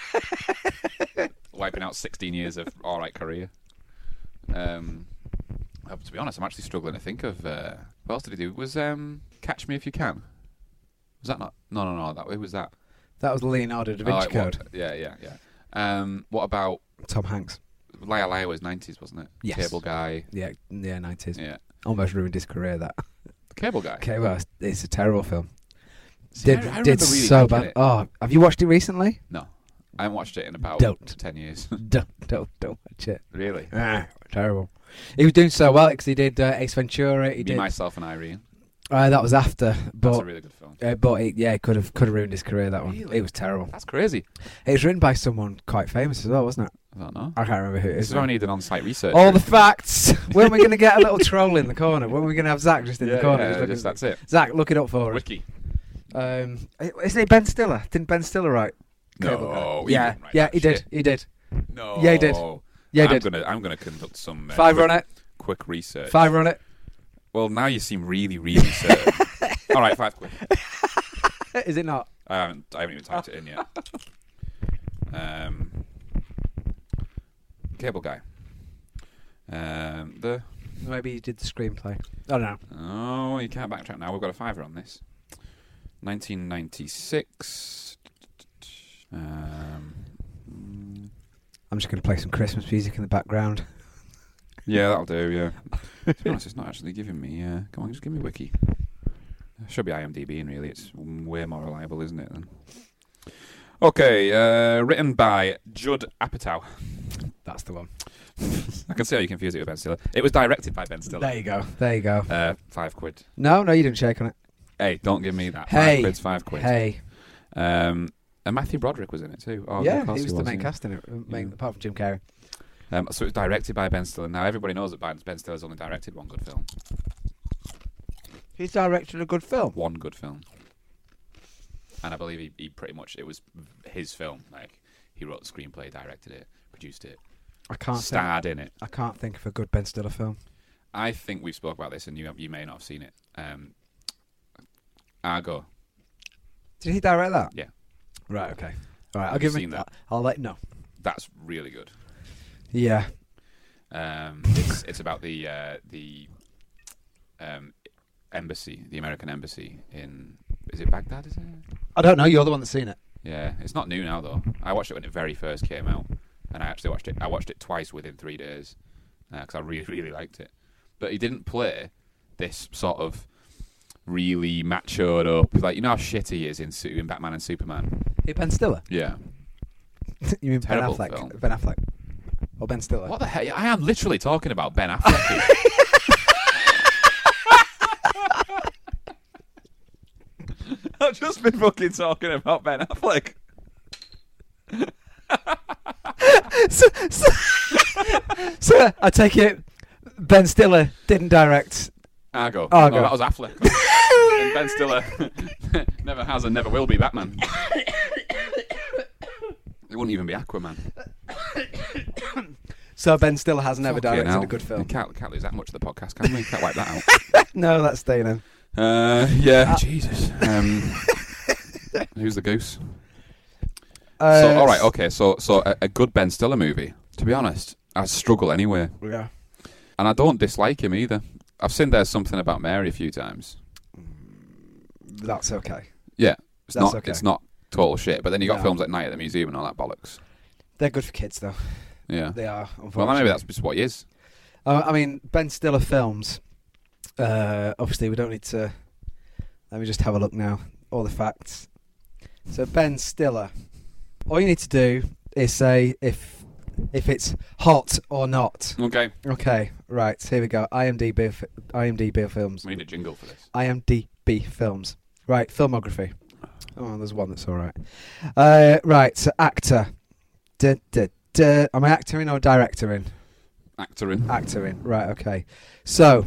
Speaker 2: Wiping out 16 years of all right career. Um, uh, to be honest, I'm actually struggling to think of uh, what else did he do. Was um, Catch Me If You Can? Was that not? No, no, no. That it was that.
Speaker 1: That was Leonardo da
Speaker 2: Oh,
Speaker 1: Vinci
Speaker 2: it
Speaker 1: Code.
Speaker 2: was- yeah, yeah, yeah. Um, what about
Speaker 1: Tom Hanks.
Speaker 2: Laya Laya was 90s, wasn't it?
Speaker 1: Yes.
Speaker 2: Cable Guy.
Speaker 1: Yeah, yeah, nineties.
Speaker 2: Yeah.
Speaker 1: Almost ruined his career. That.
Speaker 2: Cable Guy.
Speaker 1: Okay, well, it's- it's a terrible film.
Speaker 2: See, I-
Speaker 1: Did
Speaker 2: I remember
Speaker 1: did
Speaker 2: really
Speaker 1: so
Speaker 2: liking
Speaker 1: bad.
Speaker 2: it.
Speaker 1: Oh, have you watched it recently?
Speaker 2: No. I haven't watched it in about
Speaker 1: Don't.
Speaker 2: 10 years.
Speaker 1: don't, don't, don't watch it.
Speaker 2: really?
Speaker 1: Ah, terrible. He was doing so well because he did uh, Ace Ventura. He
Speaker 2: Me,
Speaker 1: did.
Speaker 2: Myself, and Irene.
Speaker 1: Uh, that was after,
Speaker 2: That's
Speaker 1: but
Speaker 2: a really good film.
Speaker 1: uh, but it, yeah, could have could have ruined his career. That one.
Speaker 2: Really?
Speaker 1: It was terrible.
Speaker 2: That's crazy.
Speaker 1: It was written by someone quite famous as well, wasn't it?
Speaker 2: I don't know.
Speaker 1: I can't remember who it
Speaker 2: This
Speaker 1: is.
Speaker 2: is why we need an on-site research.
Speaker 1: All the facts. when are we going to get a little troll in the corner? When are we going to have Zach just in
Speaker 2: Yeah,
Speaker 1: the corner?
Speaker 2: yeah,
Speaker 1: just looking-
Speaker 2: just- that's it.
Speaker 1: Zach, look it up for us.
Speaker 2: Wiki.
Speaker 1: Um, isn't it Ben Stiller? Didn't Ben Stiller write? Cable Guy?
Speaker 2: No, he
Speaker 1: yeah,
Speaker 2: didn't write
Speaker 1: yeah,
Speaker 2: that
Speaker 1: he did.
Speaker 2: shit.
Speaker 1: He did.
Speaker 2: No.
Speaker 1: Yeah, he did. Yeah, he
Speaker 2: I'm
Speaker 1: did.
Speaker 2: Gonna, I'm going to conduct some uh,
Speaker 1: Five
Speaker 2: quick,
Speaker 1: on it.
Speaker 2: quick research.
Speaker 1: Five on it.
Speaker 2: Well, now you seem really, really certain. All right, five quick.
Speaker 1: Is it not?
Speaker 2: I haven't, I haven't even typed it in yet. Um, Cable Guy. Um, the
Speaker 1: Maybe you did the screenplay. I don't know.
Speaker 2: oh, you can't backtrack now. We've got a fiver on this. 1996. Um, mm,
Speaker 1: I'm just going to play some Christmas music in the background.
Speaker 2: yeah, that'll do. Yeah. to be honest, it's not actually giving me. Uh, come on, just give me Wiki. Should be IMDb, and really, it's way more reliable, isn't it? Then. Okay, uh, written by Judd Apatow.
Speaker 1: That's the one.
Speaker 2: I can see how you confused it with Ben Stiller. It was directed by Ben Stiller.
Speaker 1: There you go. There you go.
Speaker 2: Uh, five quid.
Speaker 1: No, no, you didn't shake on it.
Speaker 2: Hey, don't give me that.
Speaker 1: Hey.
Speaker 2: Five quid's five quid.
Speaker 1: Hey,
Speaker 2: Um, and Matthew Broderick was in it too. Oh,
Speaker 1: yeah,
Speaker 2: of
Speaker 1: he
Speaker 2: course
Speaker 1: was the main
Speaker 2: yeah.
Speaker 1: cast in it, uh, main,
Speaker 2: Yeah.
Speaker 1: apart from Jim Carrey.
Speaker 2: Um, so it was directed by Ben Stiller. Now everybody knows that Ben Ben Stiller's only directed one good film.
Speaker 1: He's directed a good film.
Speaker 2: One good film. And I believe he, he pretty much it was his film. Like he wrote the screenplay, directed it, produced it,
Speaker 1: I can't. Think,
Speaker 2: starred in it.
Speaker 1: I can't think of a good Ben Stiller film.
Speaker 2: I think we've spoke about this, and you have, you may not have seen it. Um, Argo.
Speaker 1: Did he direct that?
Speaker 2: Yeah.
Speaker 1: Right. Okay. All right. I'll
Speaker 2: Have
Speaker 1: give
Speaker 2: you
Speaker 1: him.
Speaker 2: seen
Speaker 1: That.
Speaker 2: that?
Speaker 1: I'll let no.
Speaker 2: That's really good.
Speaker 1: Yeah.
Speaker 2: Um, it's it's about the uh, the um, embassy, the American embassy in is it Baghdad? Is it?
Speaker 1: I don't know. You're the one that's seen it.
Speaker 2: Yeah, it's not new now though. I watched it when it very first came out, and I actually watched it. I watched it twice within three days because I really really liked it. But he didn't play this sort of really machoed up, like you know how shitty he is in, Su- in Batman and Superman.
Speaker 1: Hey, Ben Stiller.
Speaker 2: Yeah.
Speaker 1: you mean Ben
Speaker 2: Terrible
Speaker 1: Affleck?
Speaker 2: film.
Speaker 1: Ben Affleck. Or Ben Stiller.
Speaker 2: What the hell? I am literally talking about Ben Affleck. here. I've just been fucking talking about Ben Affleck.
Speaker 1: so, so, so I take it Ben Stiller didn't direct.
Speaker 2: Argo.
Speaker 1: Argo.
Speaker 2: No, that was Affleck. and ben Stiller never has and never will be Batman. it wouldn't even be Aquaman.
Speaker 1: So Ben Stiller has never
Speaker 2: Fucking
Speaker 1: directed
Speaker 2: hell.
Speaker 1: a good
Speaker 2: We
Speaker 1: film.
Speaker 2: can't, can't lose that much of the podcast, can we? Can't wipe that out.
Speaker 1: No, that's staying in.
Speaker 2: Uh, yeah. Jesus. Um, who's the goose?
Speaker 1: Uh,
Speaker 2: so, all right, okay. So, so a, a good Ben Stiller movie. To be honest, I struggle anyway,
Speaker 1: Yeah.
Speaker 2: and I don't dislike him either. I've seen there's something about Mary a few times.
Speaker 1: That's okay.
Speaker 2: Yeah, it's
Speaker 1: That's
Speaker 2: not.
Speaker 1: okay.
Speaker 2: It's not total shit. But then you got
Speaker 1: No.
Speaker 2: films like Night at the Museum and all that bollocks.
Speaker 1: They're good for kids, though.
Speaker 2: Yeah.
Speaker 1: They are.
Speaker 2: Well,
Speaker 1: Unfortunately.
Speaker 2: maybe that's just what he is.
Speaker 1: Uh, I mean, Ben Stiller films. Uh, obviously, we don't need to. Let me just have a look now. All the facts. So Ben Stiller. All you need to do is say if if it's hot or not.
Speaker 2: Okay.
Speaker 1: Okay, right. Here we go. IMDb, f- IMDb films.
Speaker 2: We need a jingle for this.
Speaker 1: IMDb films. Right, filmography. Oh, there's one that's all right. Uh, right, so actor. Duh, duh, duh. Am I actor in or director in?
Speaker 2: Actor in.
Speaker 1: Actor in. Right, okay. So,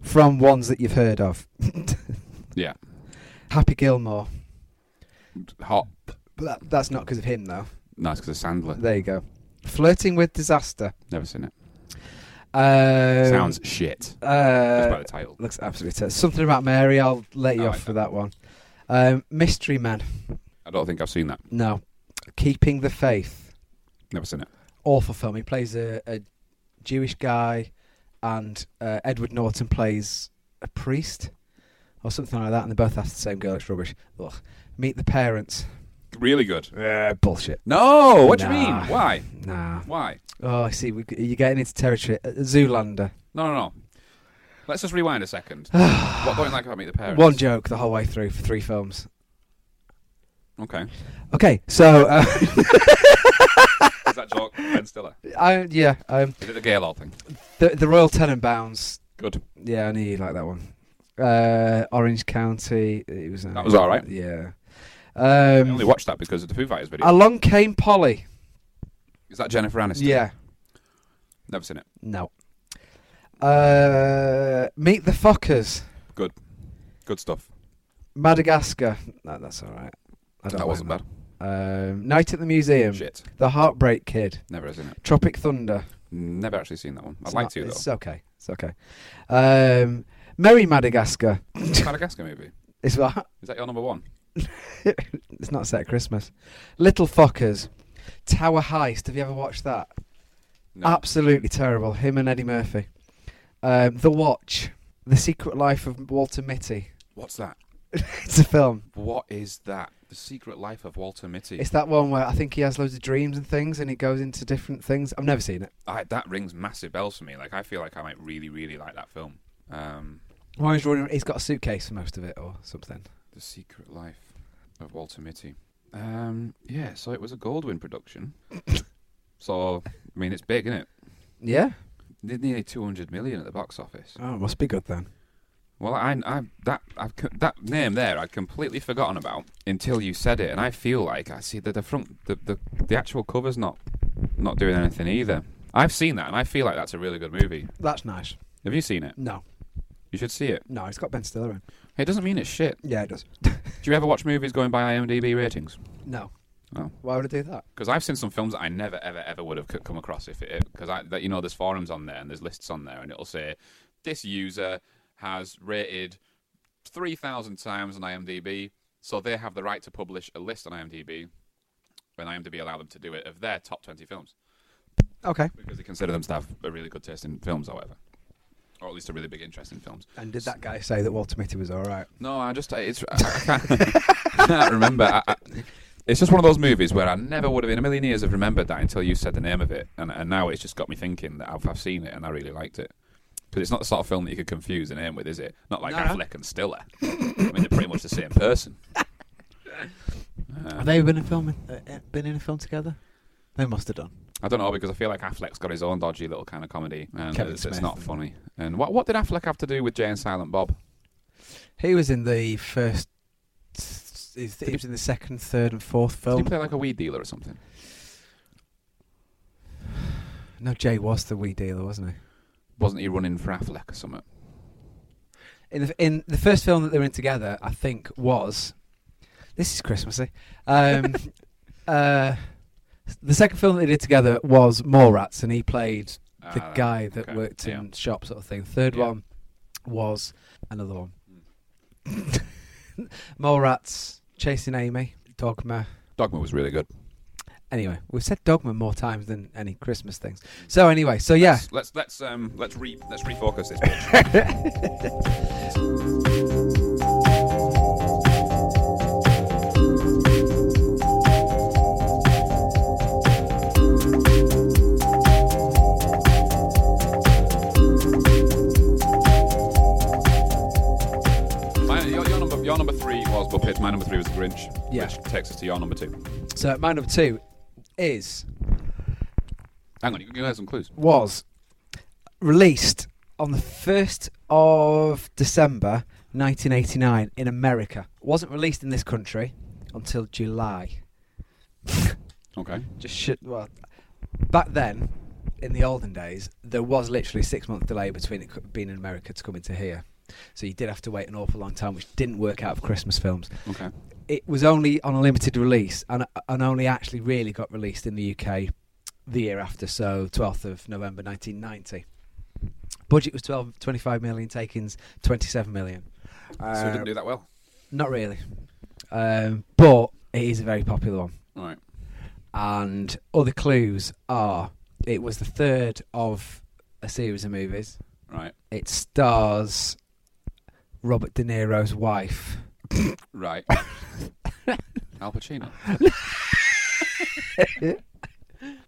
Speaker 1: from ones that you've heard of.
Speaker 2: Yeah.
Speaker 1: Happy Gilmore.
Speaker 2: Hot.
Speaker 1: But that, that's not because of him, though.
Speaker 2: Nice because of Sandler.
Speaker 1: There you go. Flirting with Disaster.
Speaker 2: Never seen it.
Speaker 1: Um,
Speaker 2: Sounds shit. Just by
Speaker 1: Uh,
Speaker 2: the title.
Speaker 1: looks absolutely ter- Something about Mary, I'll let you
Speaker 2: I
Speaker 1: off
Speaker 2: like
Speaker 1: for that one. Um, Mystery Man.
Speaker 2: I don't think I've seen that.
Speaker 1: No. Keeping the Faith.
Speaker 2: Never seen it.
Speaker 1: awful film. He plays a, a Jewish guy, and uh, Edward Norton plays a priest or something like that, and they both ask the same girl. It's rubbish. Ugh. Meet the parents.
Speaker 2: Really good.
Speaker 1: Uh, bullshit.
Speaker 2: No. What do you mean?
Speaker 1: Nah.
Speaker 2: Why?
Speaker 1: Nah.
Speaker 2: Why?
Speaker 1: Oh, I see. We, you're getting into territory. Uh, Zoolander.
Speaker 2: No, no, no. Let's just rewind a second. what don't you like about Meet the Parents?
Speaker 1: One joke the whole way through for three films.
Speaker 2: Okay.
Speaker 1: Okay, so uh,
Speaker 2: Is that joke Ben Stiller?
Speaker 1: I yeah, um,
Speaker 2: Is it the Gaylord thing?
Speaker 1: the the Royal Tenenbaums.
Speaker 2: Good.
Speaker 1: Yeah, I knew you like that one. Uh, Orange County. It was uh,
Speaker 2: That was all right.
Speaker 1: Yeah.
Speaker 2: I only
Speaker 1: Um,
Speaker 2: watched that because of the Foo Fighters video.
Speaker 1: along came Polly.
Speaker 2: Is that Jennifer Aniston?
Speaker 1: Yeah.
Speaker 2: Never seen it.
Speaker 1: No. Uh, Meet the Fockers,
Speaker 2: Good stuff.
Speaker 1: Madagascar. No, that's all right. I
Speaker 2: That
Speaker 1: don't mind
Speaker 2: wasn't bad.
Speaker 1: Um, Night at the Museum,
Speaker 2: Shit.
Speaker 1: The Heartbreak Kid,
Speaker 2: Never has seen it.
Speaker 1: Tropic Thunder.
Speaker 2: Never actually seen that one. I'd
Speaker 1: It's
Speaker 2: like
Speaker 1: not-
Speaker 2: to
Speaker 1: It's
Speaker 2: though.
Speaker 1: okay. It's okay. Um, Merry Madagascar.
Speaker 2: Madagascar movie.
Speaker 1: It's not.
Speaker 2: Is that your number one?
Speaker 1: It's not set at Christmas. Little Fockers, Tower Heist. Have you ever watched that? Absolutely terrible. Him and Eddie Murphy. Um, the Watch, The Secret Life of Walter Mitty.
Speaker 2: What's that?
Speaker 1: It's a film.
Speaker 2: What is that? The Secret Life of Walter Mitty.
Speaker 1: It's that one where I think he has loads of dreams and things, and it goes into different things. I've never seen it.
Speaker 2: I, that rings massive bells for me. Like I feel like I might really, really like that film. Um,
Speaker 1: Why he's running? He's got a suitcase for most of it, or something.
Speaker 2: the Secret Life of Walter Mitty. Um, yeah, so it was a Goldwyn production. so I mean, it's big, isn't it?
Speaker 1: Yeah.
Speaker 2: Did nearly two hundred million at the box office.
Speaker 1: Oh, it must be good then.
Speaker 2: Well, I, I that I've, co- that name there I'd completely forgotten about until you said it, and I feel like I see that the front, the, the the actual cover's not not doing anything either. I've seen that, and I feel like that's a really good movie.
Speaker 1: That's nice.
Speaker 2: Have you seen it?
Speaker 1: No,
Speaker 2: You should see it.
Speaker 1: no, it's got Ben Stiller in.
Speaker 2: It doesn't mean it's shit.
Speaker 1: Yeah, it does.
Speaker 2: Do you ever watch movies going by IMDb ratings?
Speaker 1: no.
Speaker 2: Oh.
Speaker 1: Why would I do that?
Speaker 2: Because I've seen some films that I never, ever, ever would have c- come across if it because I that you know there's forums on there and there's lists on there and it'll say this user has rated three thousand times on IMDb, so they have the right to publish a list on IMDb when IMDb allow them to do it of their top twenty films
Speaker 1: Okay.
Speaker 2: because they consider them to have a really good taste in films, however, or at least a really big interest in films.
Speaker 1: And did that guy say that Walter Mitty was all right?
Speaker 2: No, I just it's I, I can't, I can't remember. I, I, it's just one of those movies where I never would have in a million years have remembered that until you said the name of it, and, and now it's just got me thinking that I've, I've seen it and I really liked it. Because it's not the sort of film that you could confuse a name with, is it? Not like
Speaker 1: No.
Speaker 2: Affleck and Stiller. I mean, they're pretty much the same person.
Speaker 1: Have they been in film? Uh, been in a film together? They must have done.
Speaker 2: I don't know because I feel like Affleck's got his own dodgy little kind of comedy, um, and
Speaker 1: Kevin
Speaker 2: it's, it's
Speaker 1: Smith
Speaker 2: not
Speaker 1: and-
Speaker 2: funny. And what what did Affleck have to do with Jay and Silent Bob?
Speaker 1: He was in the first. He was in the second, third, and fourth
Speaker 2: Did he
Speaker 1: film.
Speaker 2: play like a weed dealer or something?
Speaker 1: No, Jay was the wee dealer, wasn't he?
Speaker 2: Wasn't he running for Affleck or something?
Speaker 1: In the, in the first film that they were in together, I think was this is Christmassy. Um, uh, the second film that they did together was Mallrats, and he played the
Speaker 2: Ah,
Speaker 1: guy that
Speaker 2: okay,
Speaker 1: worked in
Speaker 2: yeah.
Speaker 1: shop sort of thing. The third
Speaker 2: Yeah.
Speaker 1: one was another one.
Speaker 2: Hmm.
Speaker 1: Mallrats chasing Amy, Dogma.
Speaker 2: Dogma was really good.
Speaker 1: Anyway, we've said Dogma more times than any Christmas things. So anyway, so yeah,
Speaker 2: Let's- Let's let's um let's re let's refocus this. bitch. My, your, your number your number three was Buffett. My number three was The Grinch.
Speaker 1: Yeah.
Speaker 2: Which takes us to your number two.
Speaker 1: so my number two is
Speaker 2: Hang on, you can have some clues.
Speaker 1: was released on the 1st of December 1989 in America. Wasn't released in this country until July.
Speaker 2: Okay.
Speaker 1: Just shit. Well, back then, in the olden days, there was literally a six month delay between it co- being in America to coming to here. So you did have to wait an awful long time, which didn't work out for Christmas films.
Speaker 2: Okay.
Speaker 1: It was only on a limited release and, and only actually really got released in the UK the year after, so 12th of November 1990. Budget was 12, 25 million, takings 27 million.
Speaker 2: so it
Speaker 1: Uh,
Speaker 2: didn't do that well.
Speaker 1: not really. Um, but it is a very popular one
Speaker 2: All right.
Speaker 1: and other clues are it was the third of a series of movies.
Speaker 2: Right.
Speaker 1: It stars Robert De Niro's wife.
Speaker 2: Right. Al Pacino.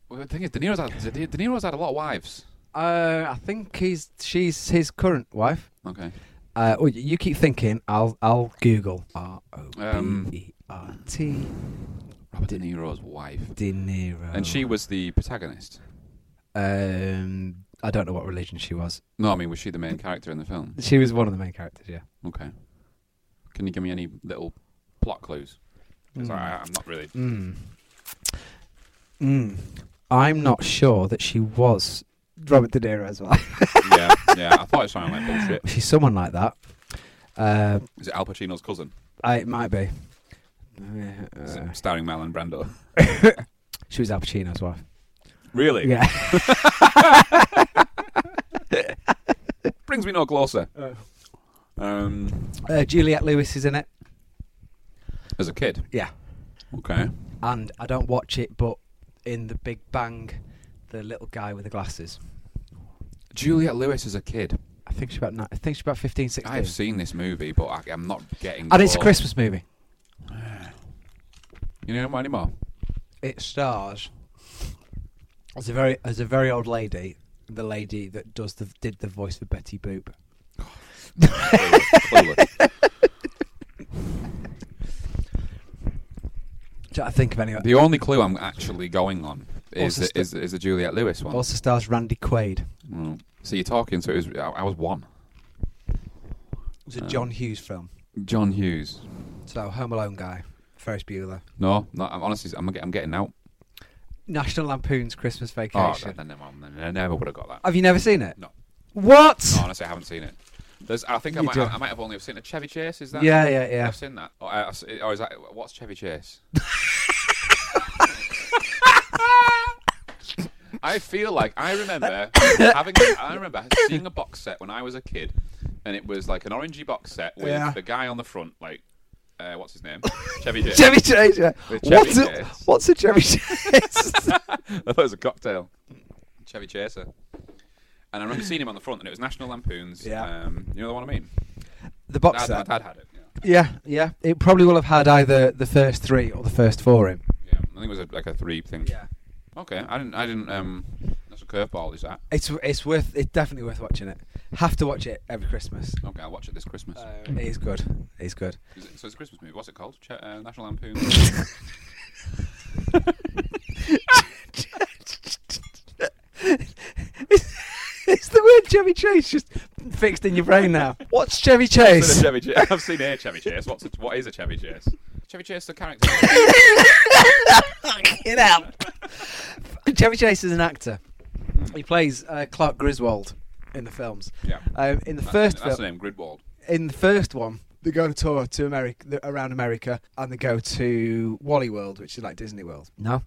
Speaker 2: well, the thing is, De Niro's had De Niro's had a lot of wives.
Speaker 1: Uh, I think he's she's his current wife.
Speaker 2: Okay.
Speaker 1: Uh, well, you keep thinking. I'll I'll Google R O B E R T
Speaker 2: Robert De Niro's wife.
Speaker 1: De Niro.
Speaker 2: Um, And she was the protagonist.
Speaker 1: Um, I don't know what religion she was.
Speaker 2: No, I mean, was she the main character in the film?
Speaker 1: She was one of the main characters. Yeah.
Speaker 2: Okay. Can you give me any little plot clues? 'Cause
Speaker 1: Hmm.
Speaker 2: I, I'm not really.
Speaker 1: Mm. Mm. I'm not sure that she was Robert De Niro as well.
Speaker 2: yeah, yeah. I thought it sounded like bullshit.
Speaker 1: She's someone like that. Uh,
Speaker 2: Is it Al Pacino's cousin,
Speaker 1: I, it might be.
Speaker 2: Is it
Speaker 1: Uh,
Speaker 2: starring Marlon Brando?
Speaker 1: she was Al Pacino's wife.
Speaker 2: Really?
Speaker 1: Yeah.
Speaker 2: Brings me no closer. Um,
Speaker 1: Uh, Juliette Lewis is in it.
Speaker 2: as a kid.
Speaker 1: Yeah.
Speaker 2: Okay.
Speaker 1: And I don't watch it, but in The Big Bang, the little guy with the glasses.
Speaker 2: Juliet Lewis as a kid.
Speaker 1: I think she's about ni- I think she's about 15, 16.
Speaker 2: I've seen this movie, but I, I'm not getting.
Speaker 1: and it's a
Speaker 2: bored.
Speaker 1: Christmas movie.
Speaker 2: You know what anymore?
Speaker 1: It stars as a very as a very old lady, the lady that does the did the voice for Betty Boop.
Speaker 2: Clueless.
Speaker 1: Do I think of anyone?
Speaker 2: the only clue I'm actually going on is
Speaker 1: Also
Speaker 2: the,
Speaker 1: st-
Speaker 2: is, is the Juliet Lewis one.
Speaker 1: also stars Randy Quaid.
Speaker 2: Mm. So you're talking. So it was. I, I was one.
Speaker 1: It's
Speaker 2: Oh.
Speaker 1: a John Hughes film.
Speaker 2: John Hughes.
Speaker 1: So Home Alone guy, Ferris Bueller,
Speaker 2: No, no. I'm honestly, I'm, get- I'm getting out.
Speaker 1: National Lampoon's Christmas
Speaker 2: Oh,
Speaker 1: Vacation.
Speaker 2: I, never, I never would have got that.
Speaker 1: Have you never seen it?
Speaker 2: No.
Speaker 1: What?
Speaker 2: No, honestly, I haven't seen it. There's, I think I
Speaker 1: You
Speaker 2: might,
Speaker 1: do.
Speaker 2: I, might have only seen it. Chevy Chase is that?
Speaker 1: Yeah, yeah, yeah.
Speaker 2: I've seen that. Or, I- I've se- or is that what's Chevy Chase? I feel like I remember having. I remember seeing a box set when I was a kid, and it was like an orangey box set with
Speaker 1: Yeah.
Speaker 2: the guy on the front, like uh, what's his name, Chevy Chase.
Speaker 1: Chevy Chase. yeah.
Speaker 2: With Chevy
Speaker 1: What's a,
Speaker 2: Chase.
Speaker 1: what's a Chevy Chase?
Speaker 2: I thought it was a cocktail. Chevy Chaser. And I remember seeing him on the front, and it was National Lampoon's.
Speaker 1: Yeah.
Speaker 2: Um, you know the one I mean?
Speaker 1: the box
Speaker 2: Dad,
Speaker 1: set.
Speaker 2: dad had it. Yeah.
Speaker 1: Yeah, yeah. It probably will have had either the first three or the first four in.
Speaker 2: yeah. I think it was a, like a three thing. Okay. I didn't. I didn't. Um, that's a curveball. Is that?
Speaker 1: It's it's worth it's definitely worth watching it. Have to watch it every Christmas.
Speaker 2: Okay. I'll watch it this Christmas.
Speaker 1: Uh, it is good. It is good.
Speaker 2: Is it- so it's a Christmas movie. What's it called? Ch- uh, National Lampoon.
Speaker 1: It's the word Chevy Chase just fixed in your brain now. What's Chevy
Speaker 2: I've seen
Speaker 1: Chase?
Speaker 2: a Chevy Chase. I've seen a Chevy Chase. What's a, what is a Chevy Chase? Chevy Chase, the character.
Speaker 1: Get out. Chevy Chase is an actor. He plays uh, Clark Griswold in the films.
Speaker 2: Yeah.
Speaker 1: Um, in the
Speaker 2: That's-
Speaker 1: first
Speaker 2: That's the
Speaker 1: film,
Speaker 2: name. Gridwald.
Speaker 1: in the first one, they go on a tour to America, th- around America, and they go to Wally World, which is like Disney World. No.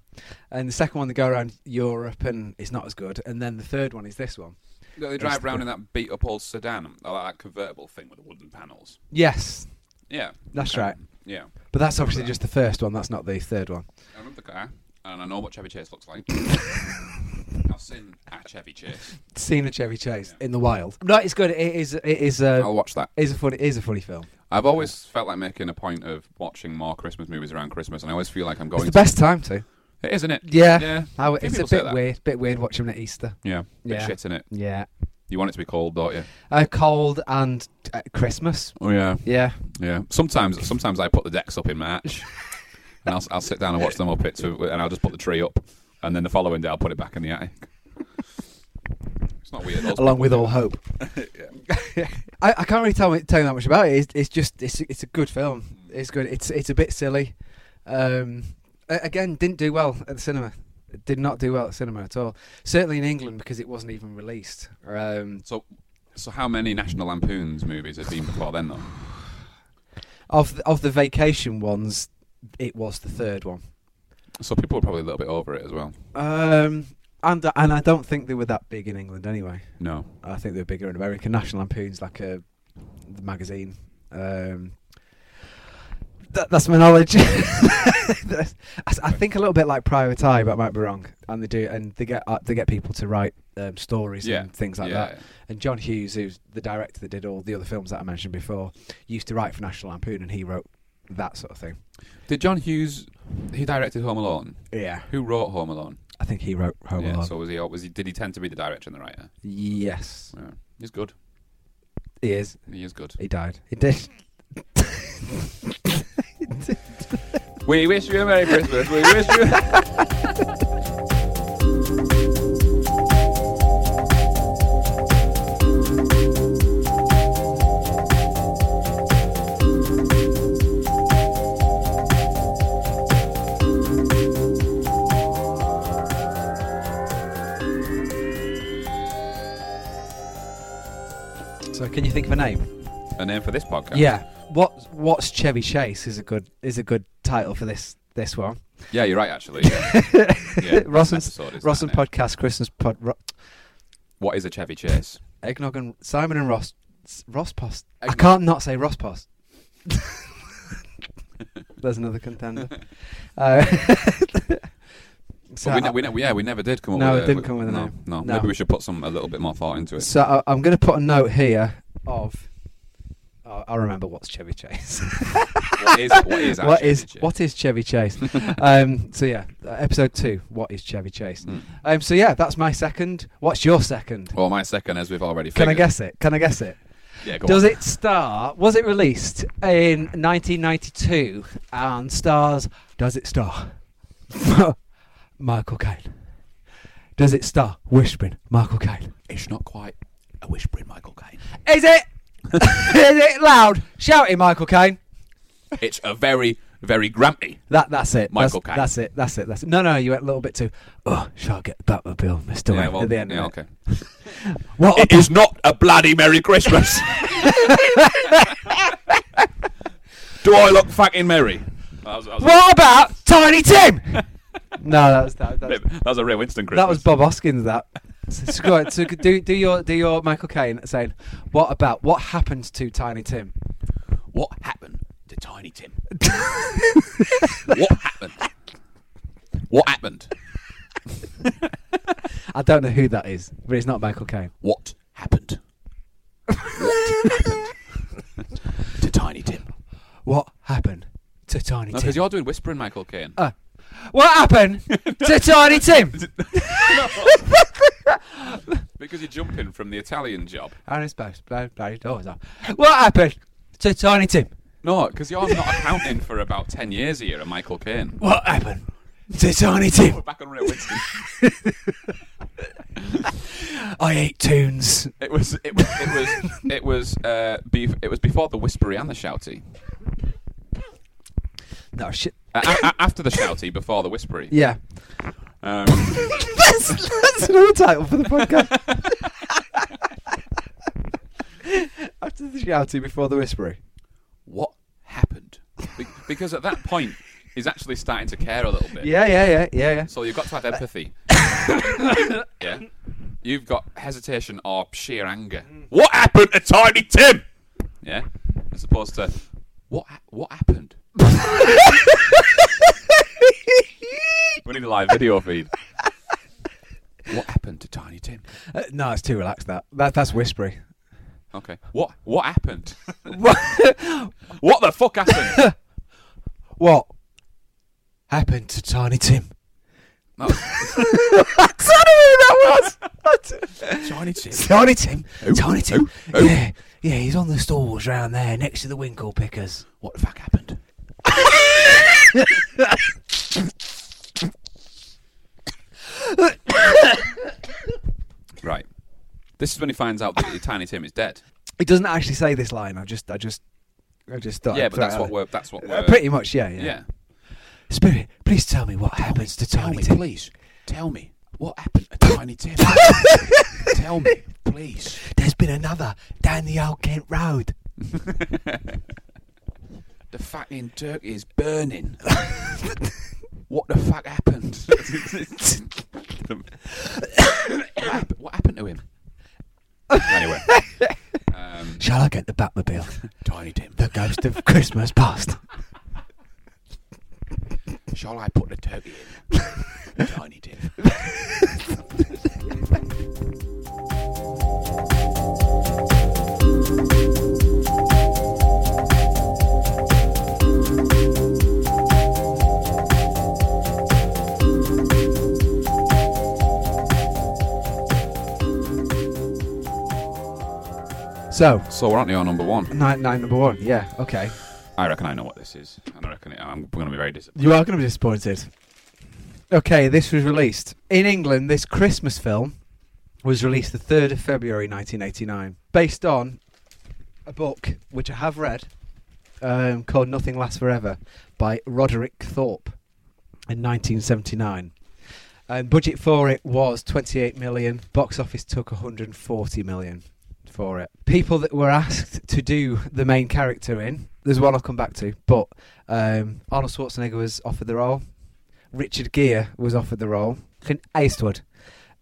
Speaker 1: And the second one, they go around Europe, and it's not as good. And then the third one is this one.
Speaker 2: No, They drive around in that beat up old sedan, or that convertible thing with the wooden panels.
Speaker 1: Yes,
Speaker 2: Yeah.
Speaker 1: that's
Speaker 2: Okay.
Speaker 1: right.
Speaker 2: Yeah.
Speaker 1: But that's obviously just the first one. That's not the third one.
Speaker 2: I remember the car, and I know what Chevy Chase looks like. I've seen a Chevy Chase.
Speaker 1: Seen a Chevy Chase in the wild. No, it's good. It is. It is a.
Speaker 2: I'll watch that.
Speaker 1: It is a funny. It is a funny film.
Speaker 2: I've always felt like making a point of watching more Christmas movies around Christmas, and I always feel like I'm going.
Speaker 1: It's the best time to.
Speaker 2: to... It is, isn't it?
Speaker 1: Yeah.
Speaker 2: Yeah.
Speaker 1: I w-
Speaker 2: Few
Speaker 1: it's a
Speaker 2: people say
Speaker 1: bit
Speaker 2: that.
Speaker 1: weird. Bit weird watching it at Easter.
Speaker 2: Yeah. Bit
Speaker 1: Yeah.
Speaker 2: shit in it.
Speaker 1: Yeah.
Speaker 2: You want it to be cold, don't you?
Speaker 1: Uh, cold and uh, Christmas.
Speaker 2: Oh yeah.
Speaker 1: Yeah.
Speaker 2: Yeah. Sometimes, sometimes I put the decks up in March, and I'll, I'll sit down and watch them up it, to, and I'll just put the tree up, and then the following day I'll put it back in the attic. It's not weird. those people
Speaker 1: Along with
Speaker 2: do
Speaker 1: all
Speaker 2: that.
Speaker 1: hope. I, I can't really tell, tell you that much about it. It's, it's just it's it's a good film. It's good. It's it's a bit silly. Um, a- again, didn't do well at the cinema. It Did not do well at cinema at all. Certainly in England because it wasn't even released. Um,
Speaker 2: So, so how many National Lampoon's movies have been before then, though?
Speaker 1: of the, of the vacation ones, it was the third one.
Speaker 2: So people were probably a little bit over it as well.
Speaker 1: Um, and and I don't think they were that big in England anyway.
Speaker 2: No.
Speaker 1: I think they were bigger in America. National Lampoon's like a magazine. Um, that, that's my knowledge. That's- I, I think a little bit like Private Eye, but I might be wrong. And they do, and they get uh, they get people to write um, stories
Speaker 2: Yeah.
Speaker 1: and things like
Speaker 2: Yeah,
Speaker 1: that.
Speaker 2: yeah.
Speaker 1: And John Hughes, who's the director that did all the other films that I mentioned before, used to write for National Lampoon, and he wrote that sort of thing.
Speaker 2: Did John Hughes? He directed Home Alone.
Speaker 1: Yeah,
Speaker 2: Who wrote Home Alone?
Speaker 1: I think he wrote Home
Speaker 2: yeah.
Speaker 1: Alone.
Speaker 2: So was he? Was he? Did he tend to be the director and the writer?
Speaker 1: Yes,
Speaker 2: Yeah. He's good.
Speaker 1: he is.
Speaker 2: He is good.
Speaker 1: He died. He did.
Speaker 2: We wish you a Merry Christmas. We wish you.
Speaker 1: So, can you think of a name?
Speaker 2: a name for this podcast.
Speaker 1: Yeah. What What's Chevy Chase is a good is a good title for this this one.
Speaker 2: Yeah, you're right. Actually. Yeah. Yeah,
Speaker 1: Ross and
Speaker 2: episode is
Speaker 1: Ross
Speaker 2: that
Speaker 1: and
Speaker 2: name.
Speaker 1: podcast Christmas pod Ro-
Speaker 2: What is a Chevy Chase?
Speaker 1: eggnog and Simon and Ross Ross Post. I
Speaker 2: Eggnog.
Speaker 1: can't not say Ross Post. There's another contender. uh, So
Speaker 2: But we, ne-
Speaker 1: I-
Speaker 2: we, ne- we- yeah, we never did come up
Speaker 1: No,
Speaker 2: with
Speaker 1: it
Speaker 2: a-
Speaker 1: didn't come with a
Speaker 2: no,
Speaker 1: name.
Speaker 2: No.
Speaker 1: No.
Speaker 2: Maybe we should put some a little bit more thought into it.
Speaker 1: So I, I'm going to put a note here of. uh, I I remember what's Chevy Chase.
Speaker 2: what is what is
Speaker 1: what
Speaker 2: actually
Speaker 1: is
Speaker 2: Chevy Chase?
Speaker 1: what is Chevy Chase? um, so yeah, uh, episode two. What is Chevy Chase?
Speaker 2: Hmm.
Speaker 1: Um, so yeah, that's my second. What's your second?
Speaker 2: Well, my second, as we've already
Speaker 1: Can
Speaker 2: figured.
Speaker 1: I guess it? Can I guess it?
Speaker 2: Yeah, go
Speaker 1: Does
Speaker 2: on.
Speaker 1: it star? Was it released in 1992 and stars? Does it star Michael Caine? Does it star Wishbone Michael Caine?
Speaker 2: It's not quite a whispering Michael Caine.
Speaker 1: Is it? Is it loud? Shouting Michael Caine.
Speaker 2: It's a very very grumpy.
Speaker 1: That that's it.
Speaker 2: Michael
Speaker 1: that's,
Speaker 2: Caine.
Speaker 1: That's it. That's it. That's it. No, no, you went a little bit too. Oh, shall I get the Batmobile, Mister?
Speaker 2: Yeah, well,
Speaker 1: at the end.
Speaker 2: yeah,
Speaker 1: of
Speaker 2: okay.
Speaker 1: it. What?
Speaker 2: It is not a bloody Merry Christmas. Do I look fucking merry? That was, that was,
Speaker 1: what about Tiny Tim? no, that was that. That was,
Speaker 2: that was a real Winston Christmas.
Speaker 1: that was Bob Hoskins. That. So, it's good. so do do your do your Michael Caine saying, "What about what happened to Tiny Tim?"
Speaker 2: What happened to Tiny Tim? what happened? What happened?
Speaker 1: I don't know who that is, but it's not Michael Caine.
Speaker 2: What happened? What happened to Tiny Tim?
Speaker 1: What happened to Tiny
Speaker 2: No, because
Speaker 1: Tim?
Speaker 2: you're doing whispering, Michael Caine.
Speaker 1: Uh, what happened to Tiny Tim?
Speaker 2: because you're jumping from the Italian job.
Speaker 1: Aaron Spouse, blow bloody doors off. What happened to Tiny Tim?
Speaker 2: No, because you're not accounting for about ten years a year of Michael Caine.
Speaker 1: What happened to Tiny Tim?
Speaker 2: We're back on real Winston.
Speaker 1: I ate tunes.
Speaker 2: It was. It was. It was. It was. Uh, bef- it was before the whispery and the shouty.
Speaker 1: No shit.
Speaker 2: Uh, a- a- after the shouty, before the whispery.
Speaker 1: Yeah.
Speaker 2: Um,
Speaker 1: that's, that's another title for the podcast. After the shouty, before the whispery.
Speaker 2: what happened? Be- because at that point, he's actually starting to care a little bit.
Speaker 1: Yeah, yeah, yeah, yeah, yeah.
Speaker 2: So you've got to have empathy. yeah. You've got hesitation or sheer anger. What happened to Tiny Tim? Yeah. As opposed to what ha- what happened? we need a live video feed. What happened to Tiny Tim?
Speaker 1: Uh, no, it's too relaxed. That, that that's whispery.
Speaker 2: Okay. What what happened?
Speaker 1: what?
Speaker 2: what the fuck happened?
Speaker 1: what happened to Tiny Tim?
Speaker 2: No.
Speaker 1: That's not who that was.
Speaker 2: Tiny Tim. Oh,
Speaker 1: Tiny Tim. Tiny Tim.
Speaker 2: Who? Who?
Speaker 1: Yeah, yeah. He's on the stalls round there, next to the winkle pickers.
Speaker 2: What the fuck happened? right. This is when he finds out that Tiny Tim is dead.
Speaker 1: It doesn't actually say this line. I just, I just, I just thought.
Speaker 2: yeah,
Speaker 1: I'd
Speaker 2: but
Speaker 1: throw
Speaker 2: that's
Speaker 1: it
Speaker 2: what
Speaker 1: out
Speaker 2: we're. That's what
Speaker 1: there. Uh,
Speaker 2: we're.
Speaker 1: pretty much, yeah, yeah.
Speaker 2: yeah.
Speaker 1: Spirit, please tell me what happens to Tiny Tim.
Speaker 2: please. Tell me what happened to Tiny Tim. tell me, please.
Speaker 1: There's been another down the old Kent Road.
Speaker 2: The fucking turkey is burning. what the fuck happened? what, hap- what happened to him? anyway, um,
Speaker 1: Shall I get the Batmobile?
Speaker 2: Tiny Tim,
Speaker 1: the ghost of Christmas past.
Speaker 2: shall I put the turkey in? Tiny Tim.
Speaker 1: So,
Speaker 2: So we're on to our number one.
Speaker 1: nine, nine number one. Yeah, okay.
Speaker 2: I reckon I know what this is, and I reckon it, I'm going to be very disappointed.
Speaker 1: You are going to be disappointed. Okay, this was released in England. This Christmas film was released the third of February, nineteen eighty-nine, based on a book which I have read um, called "Nothing Lasts Forever" by Roderick Thorpe in nineteen seventy-nine. And budget for it was twenty-eight million. Box office took one hundred and forty million for it. People that were asked to do the main character in. There's one I'll come back to, but um, Arnold Schwarzenegger was offered the role. Richard Gere was offered the role. Clint Eastwood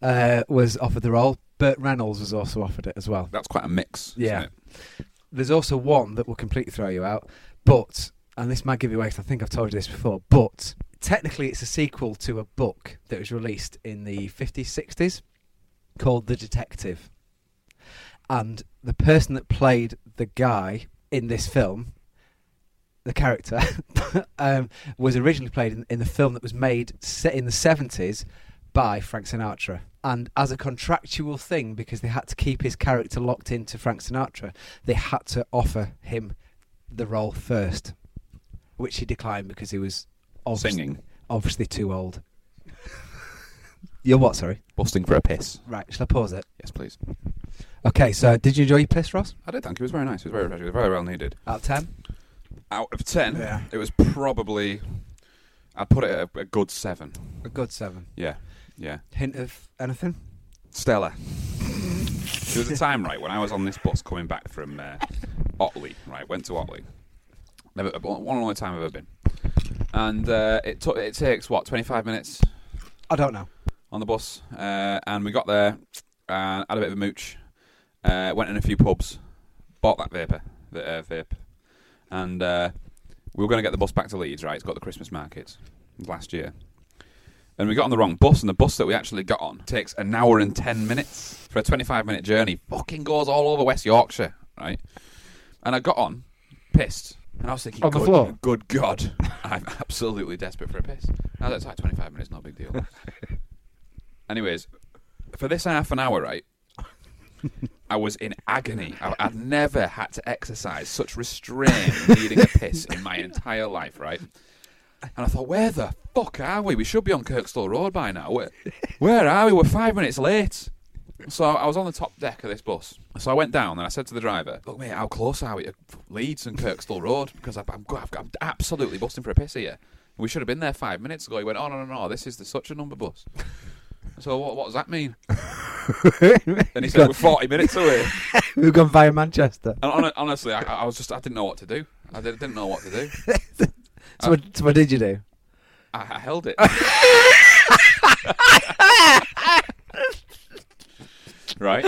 Speaker 1: uh, was offered the role. Burt Reynolds was also offered it as well.
Speaker 2: That's quite a mix.
Speaker 1: Yeah.
Speaker 2: Isn't
Speaker 1: There's also one that will completely throw you out, but and this might give you away 'cause I think I've told you this before, but technically it's a sequel to a book that was released in the 50s, 60s called The Detective. And the person that played the guy in this film, the character, um, was originally played in, in the film that was made set in the 70s by Frank Sinatra. And as a contractual thing, because they had to keep his character locked into Frank Sinatra, they had to offer him the role first, which he declined because he was obviously,
Speaker 2: Singing.
Speaker 1: obviously too old. You're what, sorry?
Speaker 2: Busting for a piss.
Speaker 1: Right, shall I pause it?
Speaker 2: Yes, please.
Speaker 1: Okay, so did you enjoy your piss, Ross?
Speaker 2: I did thank you. It was very nice. It was very refreshing. It was very well needed.
Speaker 1: Out of 10?
Speaker 2: Out of ten,
Speaker 1: Yeah.
Speaker 2: it was probably I'd put it at a, a good seven.
Speaker 1: A good 7.
Speaker 2: Yeah, yeah.
Speaker 1: Hint of anything?
Speaker 2: Stella. there was a time, right, when I was on this bus coming back from uh, Otley, right, went to Otley. Never, one only time I've ever been. And uh, it, took it takes, what, 25 minutes
Speaker 1: I don't know.
Speaker 2: on the bus? Uh, and we got there, and had a bit of a mooch, uh, went in a few pubs, bought that vapor, the uh, vape. And uh, we were going to get the bus back to Leeds, right? It's got the Christmas markets last year. And we got on the wrong bus, and the bus that we actually got on takes an hour and 10 minutes for a 25 minute journey. Fucking goes all over West Yorkshire, right? And I got on, pissed. And I was thinking,
Speaker 6: On the
Speaker 2: good,
Speaker 6: floor?
Speaker 2: good God, I'm absolutely desperate for a piss. Now that's like 25 minutes, no big deal. Anyways, for this half an hour, right? I was in agony. I, I'd never had to exercise such restraint in needing a piss in my entire life, right? And I thought, where the fuck are we? We should be on Kirkstall Road by now. Where, where are we? We're five minutes late. So I was on the top deck of this bus. So I went down and I said to the driver, "Look, mate, how close are we to Leeds and Kirkstall Road? Because I'm, I'm, I'm absolutely busting for a piss here. We should have been there five minutes ago." He went, "Oh no, no, no! This is the such a number bus." So what, what does that mean? And he said, "We're forty minutes away."
Speaker 1: We've gone via Manchester.
Speaker 2: And hon- honestly, I, I was just—I didn't know what to do. I didn't didn't know what to do.
Speaker 1: So, what, so what did you do?
Speaker 2: I, I held it. right,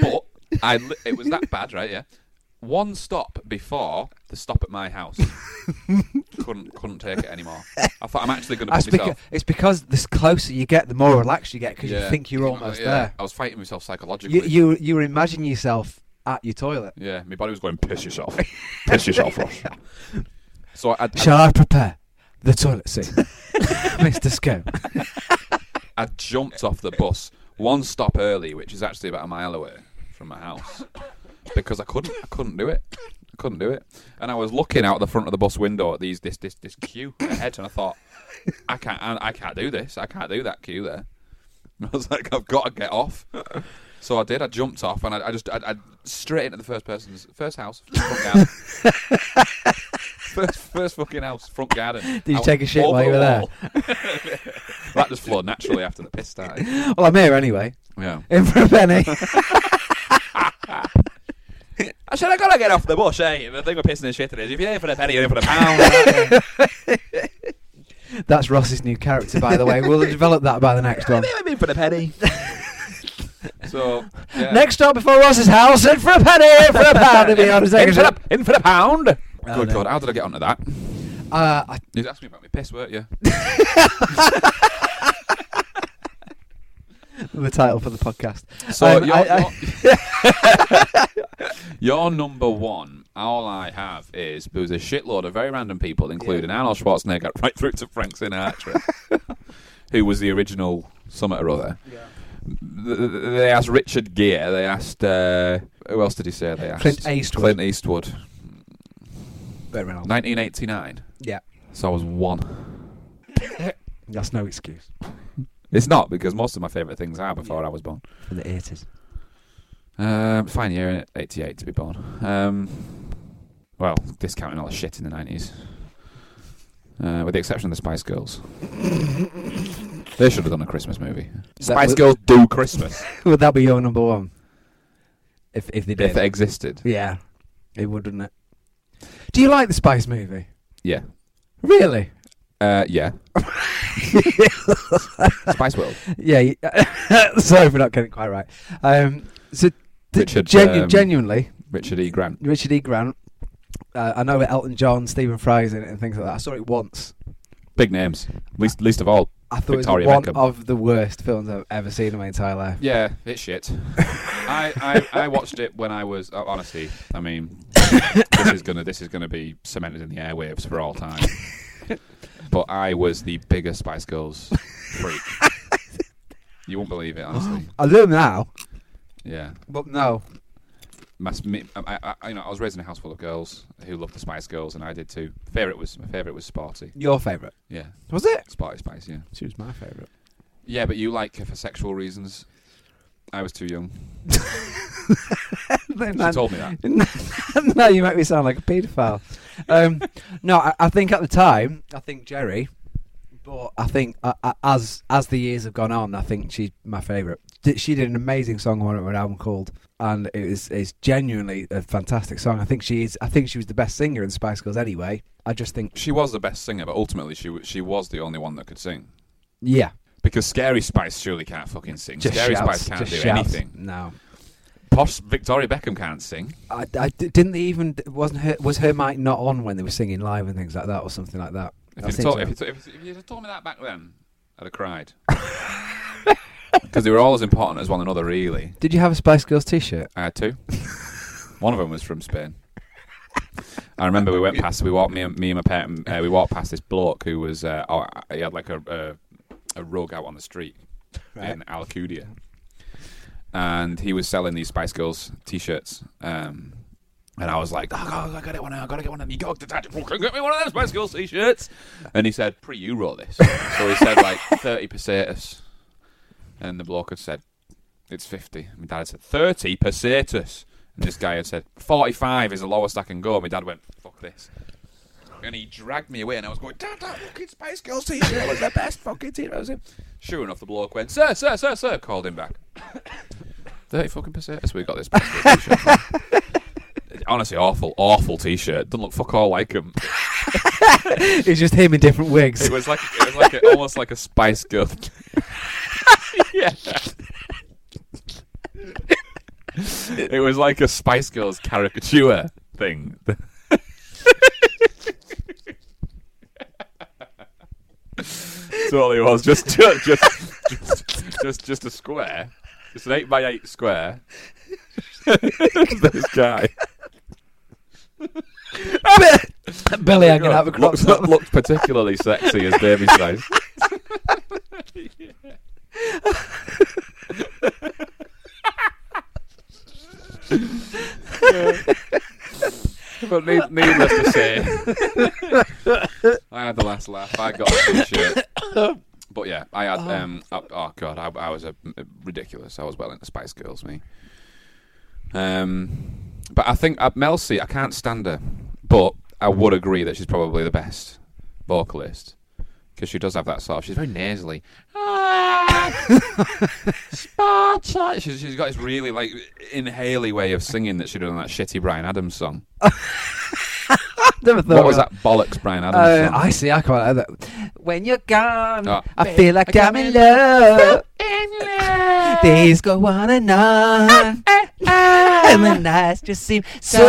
Speaker 2: but I li- it was that bad, right? Yeah, one stop before the stop at my house. couldn't couldn't take it anymore. I thought I'm actually going to
Speaker 1: I
Speaker 2: put
Speaker 1: speak,
Speaker 2: myself.
Speaker 1: it's because the closer you get, the more relaxed you get because you
Speaker 2: Yeah.
Speaker 1: think you're almost
Speaker 2: Yeah,
Speaker 1: there.
Speaker 2: I was fighting myself psychologically.
Speaker 1: You, you you imagine yourself at your toilet.
Speaker 2: Yeah, my body was going piss yourself, piss yourself, Ross. So I, I,
Speaker 1: Shall I prepare the toilet seat, Mister Scope?
Speaker 2: I jumped off the bus one stop early, which is actually about a mile away from my house, because I couldn't. I couldn't do it. I couldn't do it. And I was looking out the front of the bus window at these this this this queue ahead, and I thought, I can't. I, I can't do this. I can't do that queue there. And I was like, I've got to get off. So I did. I jumped off, and I, I just I, I straight into the first person's first house, front garden. first first fucking house, front garden.
Speaker 1: Did you
Speaker 2: I
Speaker 1: take a
Speaker 2: went
Speaker 1: shit
Speaker 2: over
Speaker 1: while you
Speaker 2: the
Speaker 1: were there?
Speaker 2: wall. that just flowed naturally after the piss started.
Speaker 1: Well, I'm here anyway.
Speaker 2: Yeah.
Speaker 1: In for a penny.
Speaker 2: I should have got to get off the bus, eh? The thing with pissing and shitting is if you're in for a penny, you're in for a pound.
Speaker 1: That's Ross's new character, by the way. We'll develop that by the next one.
Speaker 2: so, yeah.
Speaker 1: Next stop before Ross's house, in for a penny, in for a pound. If you know what I'm saying.
Speaker 2: in for, a, in for a pound. Good
Speaker 1: Oh, no.
Speaker 2: God, how did I get onto that?
Speaker 1: Uh, I
Speaker 2: You asked me about my piss, weren't you?
Speaker 1: the title for the podcast.
Speaker 2: So
Speaker 1: Um,
Speaker 2: your,
Speaker 1: I- I-
Speaker 2: your- your number one, all I have is there was a shitload of very random people, including Arnold Schwarzenegger, right through to Frank Sinatra, who was the original summit or other. Th- th- They asked Richard Gere. They asked uh, who else did he say? They asked
Speaker 1: Clint Eastwood.
Speaker 2: Clint Eastwood.
Speaker 1: Wait, Ronald.
Speaker 2: 1989.
Speaker 1: Yeah,
Speaker 2: So I was one.
Speaker 1: that's no excuse.
Speaker 2: It's not because most of my favourite things are before I was born.
Speaker 1: For the eighties.
Speaker 2: Um, fine year, innit? 88 to be born. Um, well, discounting all the shit in the 90s. Uh, with the exception of the Spice Girls. they should have done a Christmas movie. Spice
Speaker 1: what-
Speaker 2: Girls do Christmas.
Speaker 1: Would that be your number one? If if they did.
Speaker 2: if it existed.
Speaker 1: Yeah, it would, wouldn't it? Do you like the Spice movie?
Speaker 2: Yeah.
Speaker 1: Really?
Speaker 2: Uh, yeah. Spice World.
Speaker 1: Yeah. You, sorry for not getting it quite right. Um, so, th-
Speaker 2: Richard,
Speaker 1: genu-
Speaker 2: um,
Speaker 1: genuinely,
Speaker 2: Richard E. Grant.
Speaker 1: Richard E. Grant uh, I know Elton John, Stephen Fry's in it, and things like that. I saw it once.
Speaker 2: Big names, least least of all.
Speaker 1: I thought
Speaker 2: Victoria
Speaker 1: it was one
Speaker 2: Beckham.
Speaker 1: of the worst films I've ever seen in my entire life.
Speaker 2: Yeah, it's shit. I, I, I watched it when I was oh, honestly. I mean, this is gonna this is gonna be cemented in the airwaves for all time. but I was the biggest Spice Girls freak. you won't believe it, honestly.
Speaker 1: I do now,
Speaker 2: Yeah,
Speaker 1: but no.
Speaker 2: my, s- me- I, I- I- you know, I was raised in a house full of girls who loved the Spice Girls, and I did too. Favorite was my favorite was Sporty.
Speaker 1: Your favourite
Speaker 2: Yeah,
Speaker 1: was it?
Speaker 2: Sporty Spice. Yeah,
Speaker 1: She was my favourite.
Speaker 2: yeah, but you like her for sexual reasons. I was too young. She told me that.
Speaker 1: no, you make me sound like a paedophile. Um, no, I, I think at the time, I think Jerry, but I think uh, uh, as as the years have gone on, I think she's my favourite. D- She did an amazing song on her album called, and it is it's genuinely a fantastic song. I think she is. I think she was the best singer in Spice Girls anyway. I just think,
Speaker 2: She was the best singer, but ultimately she wa- she was the only one that could sing.
Speaker 1: yeah,
Speaker 2: Because Scary Spice surely can't fucking sing.
Speaker 1: just
Speaker 2: Scary
Speaker 1: shouts,
Speaker 2: Spice can't
Speaker 1: just
Speaker 2: do
Speaker 1: shouts.
Speaker 2: anything.
Speaker 1: No,
Speaker 2: Posh Victoria Beckham can't sing.
Speaker 1: I, I d- didn't they even wasn't her was her mic not on when they were singing live and things like that or something like that.
Speaker 2: If
Speaker 1: I
Speaker 2: you'd,
Speaker 1: think
Speaker 2: told,
Speaker 1: so.
Speaker 2: if, you'd, if, you'd- if you'd told me that back then, I'd have cried. Because they were all as important as one another, really.
Speaker 1: Did you have a Spice Girls T-shirt?
Speaker 2: I had two. one of them was from Spain. I remember we went past. We walked me and me and my parent. Uh, we walked past this bloke who was. Uh, oh, he had like a, a a rug out on the street in Alcudia, and he was selling these Spice Girls T-shirts. Um, and I was like, oh, God, I gotta get one. I gotta get one of them. You got to get me one of them Spice Girls T-shirts. And he said, "Pre, you wrote this." so he said like thirty pesetas, and the bloke had said, "It's 50. My dad had said thirty pesetas. And this guy had said, 45 is the lowest I can go. My dad went, fuck this. And he dragged me away, and I was going, Dad, that fucking Spice Girls t shirt was the best fucking t shirt I've seen. Sure enough, the bloke went, Sir, sir, sir, sir, called him back. 30 fucking pesetas we got this Spice Girls t shirt. Honestly, awful, awful t shirt. Doesn't look fuck all like him.
Speaker 1: It's just him in different wigs.
Speaker 2: It was like, it was like a, almost like a Spice Girl. yeah. it was like a Spice Girls caricature thing. That's all it was. Just, just, just, just, just a square. Just an eight by eight square. this guy
Speaker 1: Billy hanging out with
Speaker 2: looks,
Speaker 1: crocs on.
Speaker 2: looks particularly sexy as baby size. but need, needless to say, I had the last laugh. I got a t-shirt. But yeah, I had. Um, I, oh god, I, I was a, ridiculous. I was well into Spice Girls, me. Um, but I think uh, Mel C, I can't stand her, but I would agree that she's probably the best vocalist because she does have that sort of. She's very nasally. Sparta. She's, she's got this really like inhaley way of singing that she did on that shitty Brian Adams song.
Speaker 1: Never thought
Speaker 2: What was
Speaker 1: of
Speaker 2: that bollocks Brian Adams
Speaker 1: Uh,
Speaker 2: song?
Speaker 1: I see. I quite like that. When you're gone,
Speaker 2: Oh.
Speaker 1: I feel like I'm in love. Days go on and on, and the nights just seem so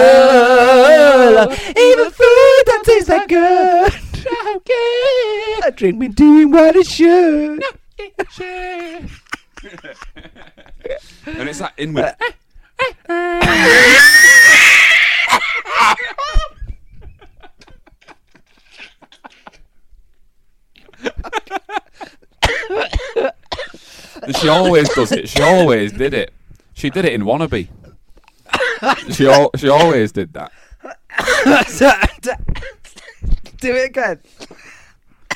Speaker 1: long. Even food that tastes like good. I drink me doing what it should.
Speaker 2: and it's that inward. she always does it. She always did it. She did it in Wannabe. She al- she always did that.
Speaker 1: Do it again.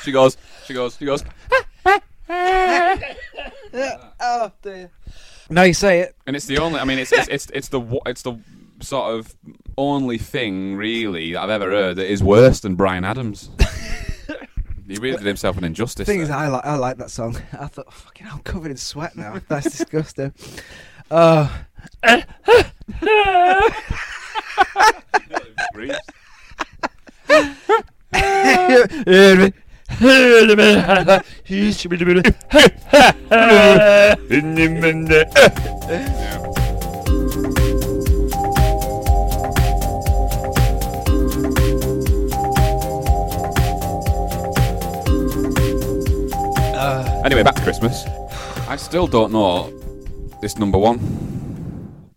Speaker 2: She goes. She goes. She goes.
Speaker 1: Oh dear. No, you say it.
Speaker 2: And it's the only. I mean, it's it's it's, it's the wa- it's the sort of only thing really that I've ever heard that is worse than Brian Adams. he really did himself an injustice.
Speaker 1: thing is,
Speaker 2: there.
Speaker 1: I like I like that song. I thought, oh, fucking, hell, I'm covered in sweat now. That's disgusting. Oh, Uh,
Speaker 2: Anyway, back to Christmas. I still don't know this number one. And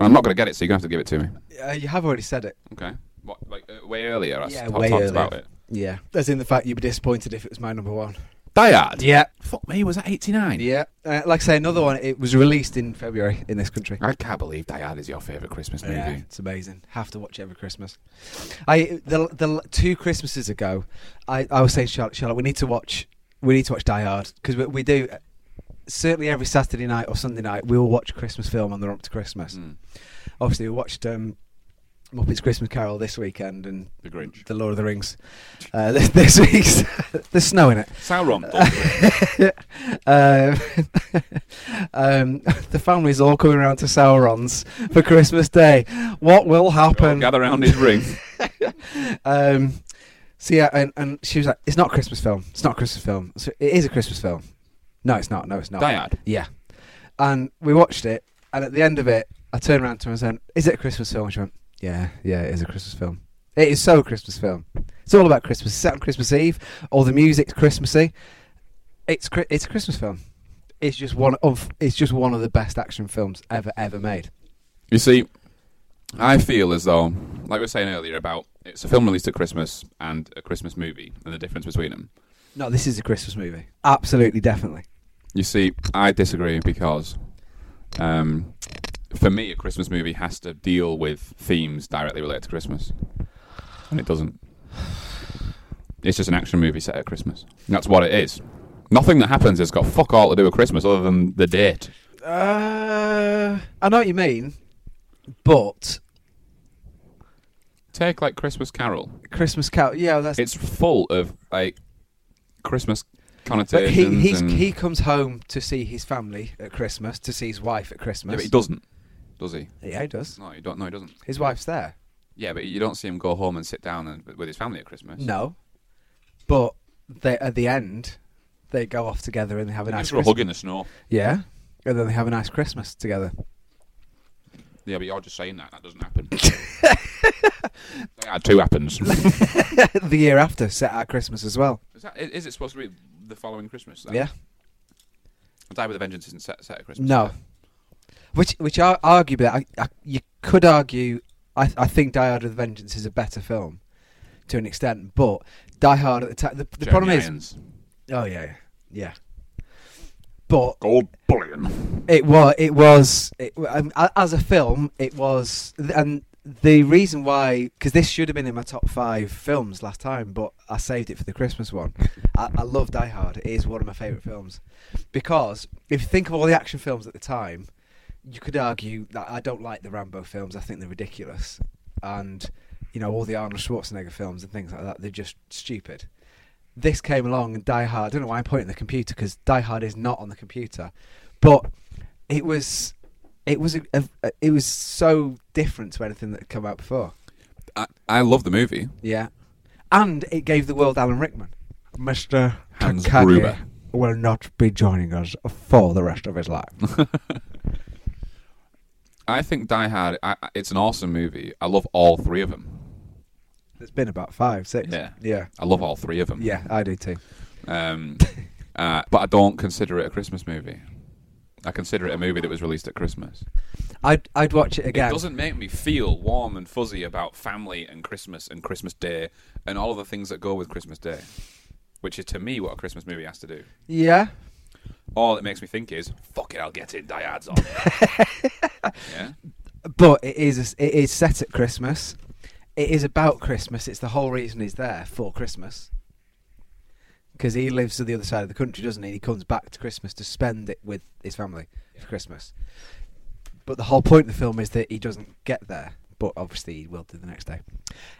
Speaker 2: I'm not going to get it, so you're going to have to give it to me.
Speaker 1: Uh, you have already said it.
Speaker 2: Okay. What, like uh, way earlier, I
Speaker 1: Yeah,
Speaker 2: s-
Speaker 1: way
Speaker 2: talked
Speaker 1: earlier.
Speaker 2: about it.
Speaker 1: Yeah. As in the fact you'd be disappointed if it was my number one.
Speaker 2: Diad.
Speaker 1: Yeah.
Speaker 2: Fuck me, was that 89?
Speaker 1: Yeah. Uh, like I say, another one. It was released in February in this country.
Speaker 2: I can't believe Diad is your favourite Christmas movie.
Speaker 1: Yeah, it's amazing. Have to watch it every Christmas. I the the two Christmases ago, I, I was saying Charlotte, Charlotte, we need to watch we need to watch Die Hard because we, we do certainly every Saturday night or Sunday night we will watch a Christmas film on the run up to Christmas.
Speaker 2: Hmm.
Speaker 1: Obviously, we watched um, Muppets Christmas Carol this weekend and
Speaker 2: The Grinch.
Speaker 1: The Lord of the Rings uh, this, this week's. There's snow in it.
Speaker 2: Sauron. Thor.
Speaker 1: um, um, the family's all coming around to Sauron's for Christmas Day. What will
Speaker 2: They all
Speaker 1: happen?
Speaker 2: Gather around his ring.
Speaker 1: Um, so yeah, and, and she was like, "It's not a Christmas film. It's not a Christmas film. So it is a Christmas film. No, it's not. No, it's not.
Speaker 2: Dyad.
Speaker 1: Yeah." And we watched it, and at the end of it, I turned around to her and said, "Is it a Christmas film?" And she went, "Yeah, yeah, it is a Christmas film. It is so a Christmas film. It's all about Christmas. It's set on Christmas Eve. All the music's Christmassy. It's Chri- it's a Christmas film. It's just one of it's just one of the best action films ever ever made.
Speaker 2: You see, I feel as though, like we were saying earlier about it's a film released at Christmas and a Christmas movie and the difference between them.
Speaker 1: No, this is a Christmas movie. Absolutely, definitely.
Speaker 2: You see, I disagree because, um, for me, a Christmas movie has to deal with themes directly related to Christmas, and it doesn't. It's just an action movie set at Christmas. That's what it is. Nothing that happens has got fuck all to do with Christmas other than the date.
Speaker 1: Uh, I know what you mean, but
Speaker 2: Take like Christmas Carol.
Speaker 1: Christmas Carol. Yeah, that's.
Speaker 2: It's full of like Christmas
Speaker 1: but
Speaker 2: connotations.
Speaker 1: he he's,
Speaker 2: and-
Speaker 1: he comes home to see his family at Christmas, to see his wife at Christmas.
Speaker 2: Yeah, but he doesn't, does he?
Speaker 1: Yeah, he does.
Speaker 2: No, he don't. No, he doesn't.
Speaker 1: His wife's there.
Speaker 2: Yeah, but you don't see him go home and sit down and, with his family at Christmas.
Speaker 1: No, but they at the end they go off together and they have a
Speaker 2: They
Speaker 1: nice
Speaker 2: just go
Speaker 1: Christmas.
Speaker 2: hug in the snow.
Speaker 1: Yeah, and then they have a nice Christmas together.
Speaker 2: Yeah, but you're just saying that. That doesn't happen. that two happens. is,
Speaker 1: the year after, set at Christmas as well.
Speaker 2: that, is it supposed to be the following Christmas? Then?
Speaker 1: Yeah.
Speaker 2: Die with a Vengeance isn't set, set at Christmas.
Speaker 1: No. Which which are arguably, I, I, you could argue, I, I think Die Hard with a Vengeance is a better film to an extent, but Die Hard at the time, the, the
Speaker 2: Jeremy
Speaker 1: problem is,
Speaker 2: Irons.
Speaker 1: oh yeah, yeah, but
Speaker 2: Gold bullion.
Speaker 1: it was it was it, um, a- as a film, it was, and the reason why, because this should have been in my top five films last time, but I saved it for the Christmas one. I, I love Die Hard; it is one of my favorite films because if you think of all the action films at the time, you could argue that I don't like the Rambo films. I think they're ridiculous, and you know all the Arnold Schwarzenegger films and things like that. They're just stupid. This came along and Die Hard. I don't know why I'm pointing at the computer because Die Hard is not on the computer, but it was it was a, a, a- it was so different to anything that had come out before.
Speaker 2: I, I love the movie.
Speaker 1: Yeah, and it gave the world Alan Rickman, Mister
Speaker 2: Hans Takagi Gruber.
Speaker 1: will not be joining us for the rest of his life.
Speaker 2: I think Die Hard. I, I- it's an awesome movie. I love all three of them.
Speaker 1: It's been about five, six.
Speaker 2: Yeah.
Speaker 1: yeah,
Speaker 2: I love all three of them.
Speaker 1: yeah. I do too.
Speaker 2: Um, uh, but I don't consider it a Christmas movie. I consider it a movie that was released at Christmas.
Speaker 1: I'd I'd watch it
Speaker 2: It
Speaker 1: again.
Speaker 2: doesn't make me feel warm and fuzzy about family and Christmas and Christmas Day and all of the things that go with Christmas Day, which is to me what a Christmas movie has to do.
Speaker 1: yeah,
Speaker 2: All it makes me think is, fuck it, I'll get it, Diad's on. yeah?
Speaker 1: but it is a s it is set at Christmas. It is about Christmas. It's the whole reason he's there for Christmas. Because he lives to the other side of the country, doesn't he? He comes back to Christmas to spend it with his family for Christmas. But the whole point of the film is that he doesn't get there. But obviously, he will do the next day.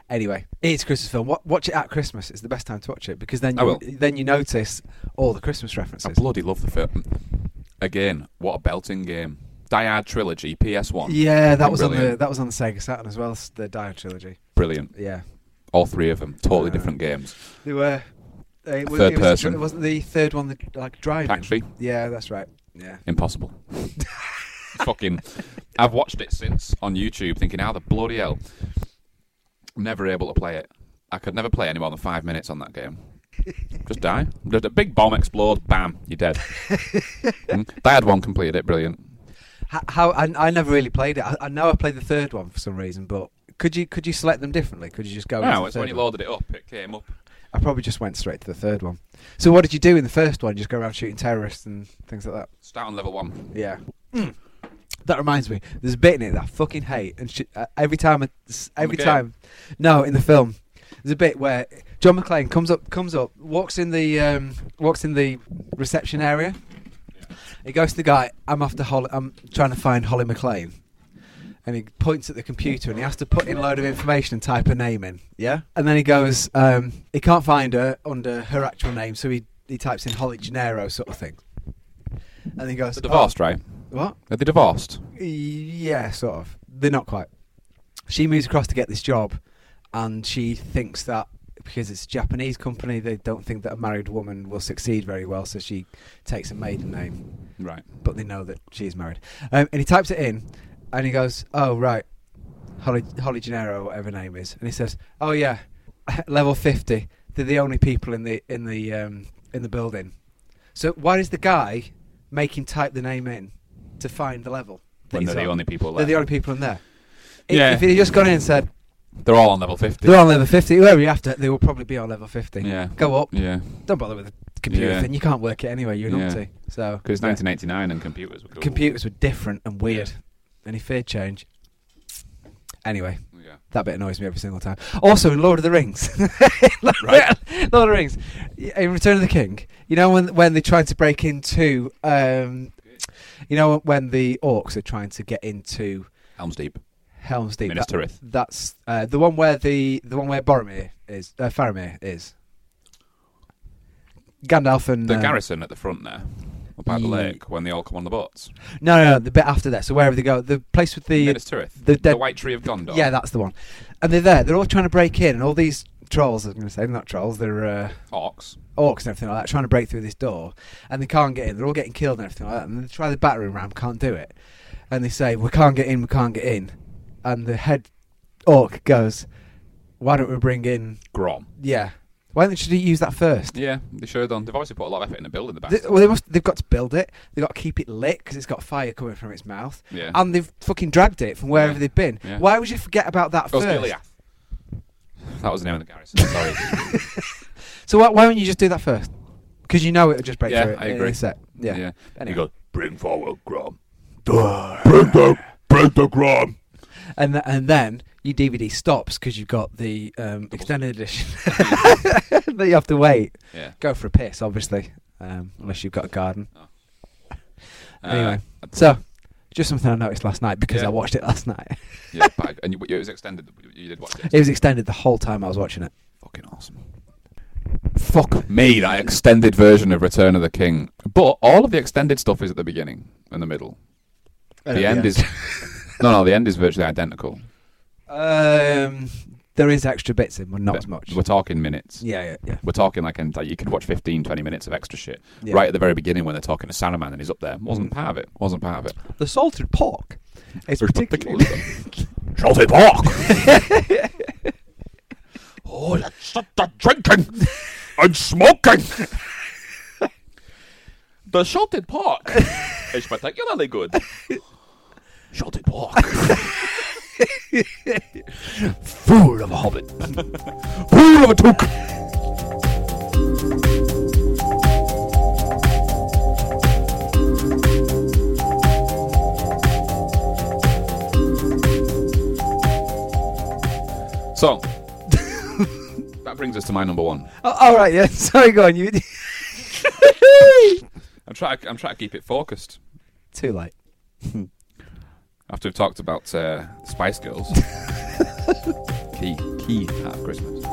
Speaker 1: Anyway, it's a Christmas film. Wa- Watch it at Christmas. It's the best time to watch it because then
Speaker 2: I
Speaker 1: you,
Speaker 2: will.
Speaker 1: then you notice all the Christmas
Speaker 2: I
Speaker 1: references.
Speaker 2: bloody love the film. Again, what a belting game. Diad Trilogy, PS1.
Speaker 1: Yeah, that was on the
Speaker 2: Brilliant.
Speaker 1: that was on the Sega Saturn as well. s- The Dio trilogy.
Speaker 2: Brilliant.
Speaker 1: Yeah,
Speaker 2: All three of them, totally
Speaker 1: Uh,
Speaker 2: different games.
Speaker 1: They were. They, it was,
Speaker 2: Third
Speaker 1: it was,
Speaker 2: person.
Speaker 1: It wasn't the third one that like driving.
Speaker 2: Taxi.
Speaker 1: Yeah, that's right. Yeah.
Speaker 2: Impossible. Fucking. I've watched it since on YouTube, thinking, how the bloody hell? I'm never able to play it. I could never play any more than five minutes on that game. Just die. Just a big bomb explodes. Bam. You're dead. Mm. They had one completed it. Brilliant.
Speaker 1: H- How I, I never really played it. I, I know I played the third one for some reason, but could you could you select them differently? Could you just go? into
Speaker 2: No,
Speaker 1: the
Speaker 2: it's when
Speaker 1: third
Speaker 2: you
Speaker 1: one?
Speaker 2: loaded it up, it came up.
Speaker 1: I probably just went straight to the third one. So what did you do in the first one? Just go around shooting terrorists and things like that.
Speaker 2: Start on level one.
Speaker 1: Yeah. That reminds me, there's a bit in it that I fucking hate, and sh- uh, every time, I, s-
Speaker 2: the
Speaker 1: every
Speaker 2: game?
Speaker 1: time, no, in the film, there's a bit where John McClane comes up, comes up, walks in the, um, walks in the reception area. He goes to the guy, I'm after Holly, I'm trying to find Holly McClane, and he points at the computer and he has to put in a load of information and type her name in, yeah, and then he goes, um, he can't find her under her actual name, so he he types in Holly Gennaro sort of thing, and he goes,
Speaker 2: They're divorced,
Speaker 1: "Oh,
Speaker 2: right?
Speaker 1: What?
Speaker 2: Are they divorced?
Speaker 1: Yeah, sort of. They're not quite. She moves across to get this job, and she thinks that because it's a Japanese company, they don't think that a married woman will succeed very well, so she takes a maiden name,
Speaker 2: Right.
Speaker 1: but they know that she's married. Um, and he types it in, and he goes, "Oh right, Holly Holly Gennaro, whatever her name is," and he says, "Oh yeah, level fifty. They're the only people in the in the um, in the building. So why does the guy make him type the name in to find the level? that
Speaker 2: When
Speaker 1: he's
Speaker 2: they're the
Speaker 1: on?
Speaker 2: only people
Speaker 1: They're the
Speaker 2: left.
Speaker 1: only people in there. If,
Speaker 2: Yeah.
Speaker 1: if he just gone in and said
Speaker 2: They're all on level fifty.
Speaker 1: they're on level fifty, whoever you after, they will probably be on level fifty.
Speaker 2: Yeah.
Speaker 1: Go up.
Speaker 2: Yeah.
Speaker 1: Don't bother with the computer
Speaker 2: Yeah.
Speaker 1: thing. You can't work it anyway. You're an
Speaker 2: Yeah.
Speaker 1: numpty. So
Speaker 2: Because it's
Speaker 1: yeah.
Speaker 2: 1989 and computers were cool.
Speaker 1: computers were different and weird, and he feared change. Anyway,
Speaker 2: Yeah.
Speaker 1: that bit annoys me every single time. Also, in Lord of the Rings, Lord,
Speaker 2: Right.
Speaker 1: Lord of the Rings, in Return of the King, you know when when they tried to break into, um, you know when the orcs are trying to get into
Speaker 2: Helm's Deep.
Speaker 1: Helm's Deep.
Speaker 2: Minas
Speaker 1: that-
Speaker 2: Tirith.
Speaker 1: that's uh, the one where the the one where Boromir is, uh, Faramir is. Gandalf and
Speaker 2: The
Speaker 1: um,
Speaker 2: garrison at the front there, up by the
Speaker 1: Ye-
Speaker 2: lake, when they all come on the boats.
Speaker 1: No, no, no, the bit after that. So wherever they go, the place with the
Speaker 2: Minas Tirith.
Speaker 1: the dead-
Speaker 2: White Tree of Gondor.
Speaker 1: Yeah, that's the one. And they're there. They're all trying to break in, and all these trolls. I was going to say, they're not trolls. They're uh,
Speaker 2: Orcs.
Speaker 1: orcs and everything like that, trying to break through this door, and they can't get in. They're all getting killed and everything like that. And they try the battering ram, can't do it. And they say, "We can't get in. We can't get in." And the head orc goes, "Why don't we bring in?
Speaker 2: Grom.
Speaker 1: Yeah, why don't you use that first?
Speaker 2: Yeah, they should have done. They've obviously put a lot of effort in the building, the
Speaker 1: They-
Speaker 2: bastard.
Speaker 1: well, they must. They've got to build it. They've got to keep it lit because it's got fire coming from its mouth.
Speaker 2: Yeah.
Speaker 1: And they've fucking dragged it from wherever
Speaker 2: Yeah.
Speaker 1: they've been.
Speaker 2: Yeah.
Speaker 1: Why would you forget about that
Speaker 2: Goes
Speaker 1: first?
Speaker 2: Gileath. That was the name of the garrison. Sorry.
Speaker 1: So why, why wouldn't you just do that first? Because you know it'll just break
Speaker 2: Yeah,
Speaker 1: through. it
Speaker 2: I
Speaker 1: in a
Speaker 2: agree.
Speaker 1: sec. Yeah.
Speaker 2: yeah.
Speaker 1: Anyway.
Speaker 2: You go, bring forward Grom.
Speaker 1: And th- and then your DVD stops because you've got the um, extended edition that you have to wait.
Speaker 2: Yeah.
Speaker 1: Go for a piss, obviously, um, unless you've got a garden.
Speaker 2: Uh,
Speaker 1: anyway, so just something I noticed last night because
Speaker 2: Yeah.
Speaker 1: I watched it last night.
Speaker 2: yeah, bag. And you, it was extended. You did watch it.
Speaker 1: it was extended the whole time I was watching it.
Speaker 2: Fucking awesome. Fuck me, that extended version of Return of the King. But all of the extended stuff is at the beginning and the middle.
Speaker 1: Uh,
Speaker 2: The end is no, no. The end is virtually identical.
Speaker 1: Um, there is extra bits in, but not
Speaker 2: But
Speaker 1: as much.
Speaker 2: We're talking minutes.
Speaker 1: Yeah, yeah, yeah.
Speaker 2: We're talking like, and like you could watch 15, 20 minutes of extra shit
Speaker 1: Yeah. Mm.
Speaker 2: right at the very beginning when they're talking to Saruman and he's up there. Wasn't part of it. Wasn't part of it.
Speaker 1: The salted pork. It's particularly.
Speaker 2: Salted pork. oh, that's stop that drinking and smoking. the salted pork is particularly good. Salted pork. Fool of a hobbit. Fool of a took. So, that brings us to my number one.
Speaker 1: Oh, all right, yeah. Sorry, go on. You.
Speaker 2: I'm trying. I'm trying to keep it focused.
Speaker 1: Too late.
Speaker 2: After we've talked about uh, Spice Girls, key key part of Christmas.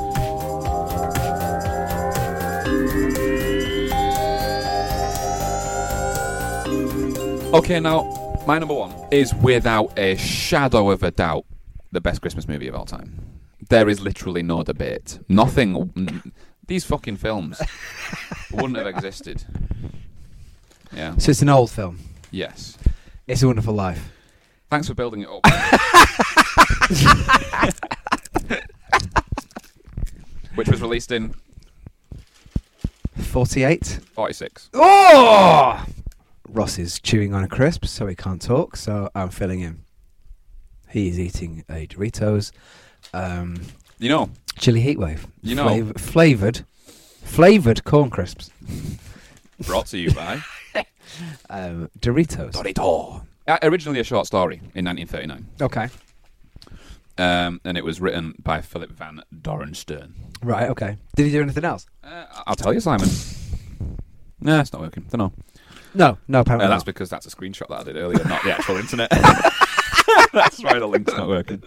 Speaker 2: Okay, now my number one is without a shadow of a doubt the best Christmas movie of all time. There is literally no debate. Nothing. n- These fucking films wouldn't have existed. Yeah.
Speaker 1: So it's an old film.
Speaker 2: Yes.
Speaker 1: It's a Wonderful Life.
Speaker 2: Thanks for building it up. Which was released in
Speaker 1: 48.
Speaker 2: 46.
Speaker 1: Oh! Ross is chewing on a crisp, so he can't talk, so I'm filling him. He is eating a Doritos um,
Speaker 2: You know,
Speaker 1: chili heatwave.
Speaker 2: You know-
Speaker 1: Flav- Flavoured. Flavoured corn crisps.
Speaker 2: brought to you by
Speaker 1: Um, Doritos.
Speaker 2: Dorito. Uh, originally a short story in 1939,
Speaker 1: Okay.
Speaker 2: um, and it was written by Philip Van Dorenstern.
Speaker 1: Right, okay. Did he do anything else?
Speaker 2: Uh, I'll tell you, Simon. Nah, it's not working. Don't know.
Speaker 1: No, no, apparently.
Speaker 2: Uh,
Speaker 1: not.
Speaker 2: that's because that's a screenshot that I did earlier, not the actual internet. that's why the link's not working.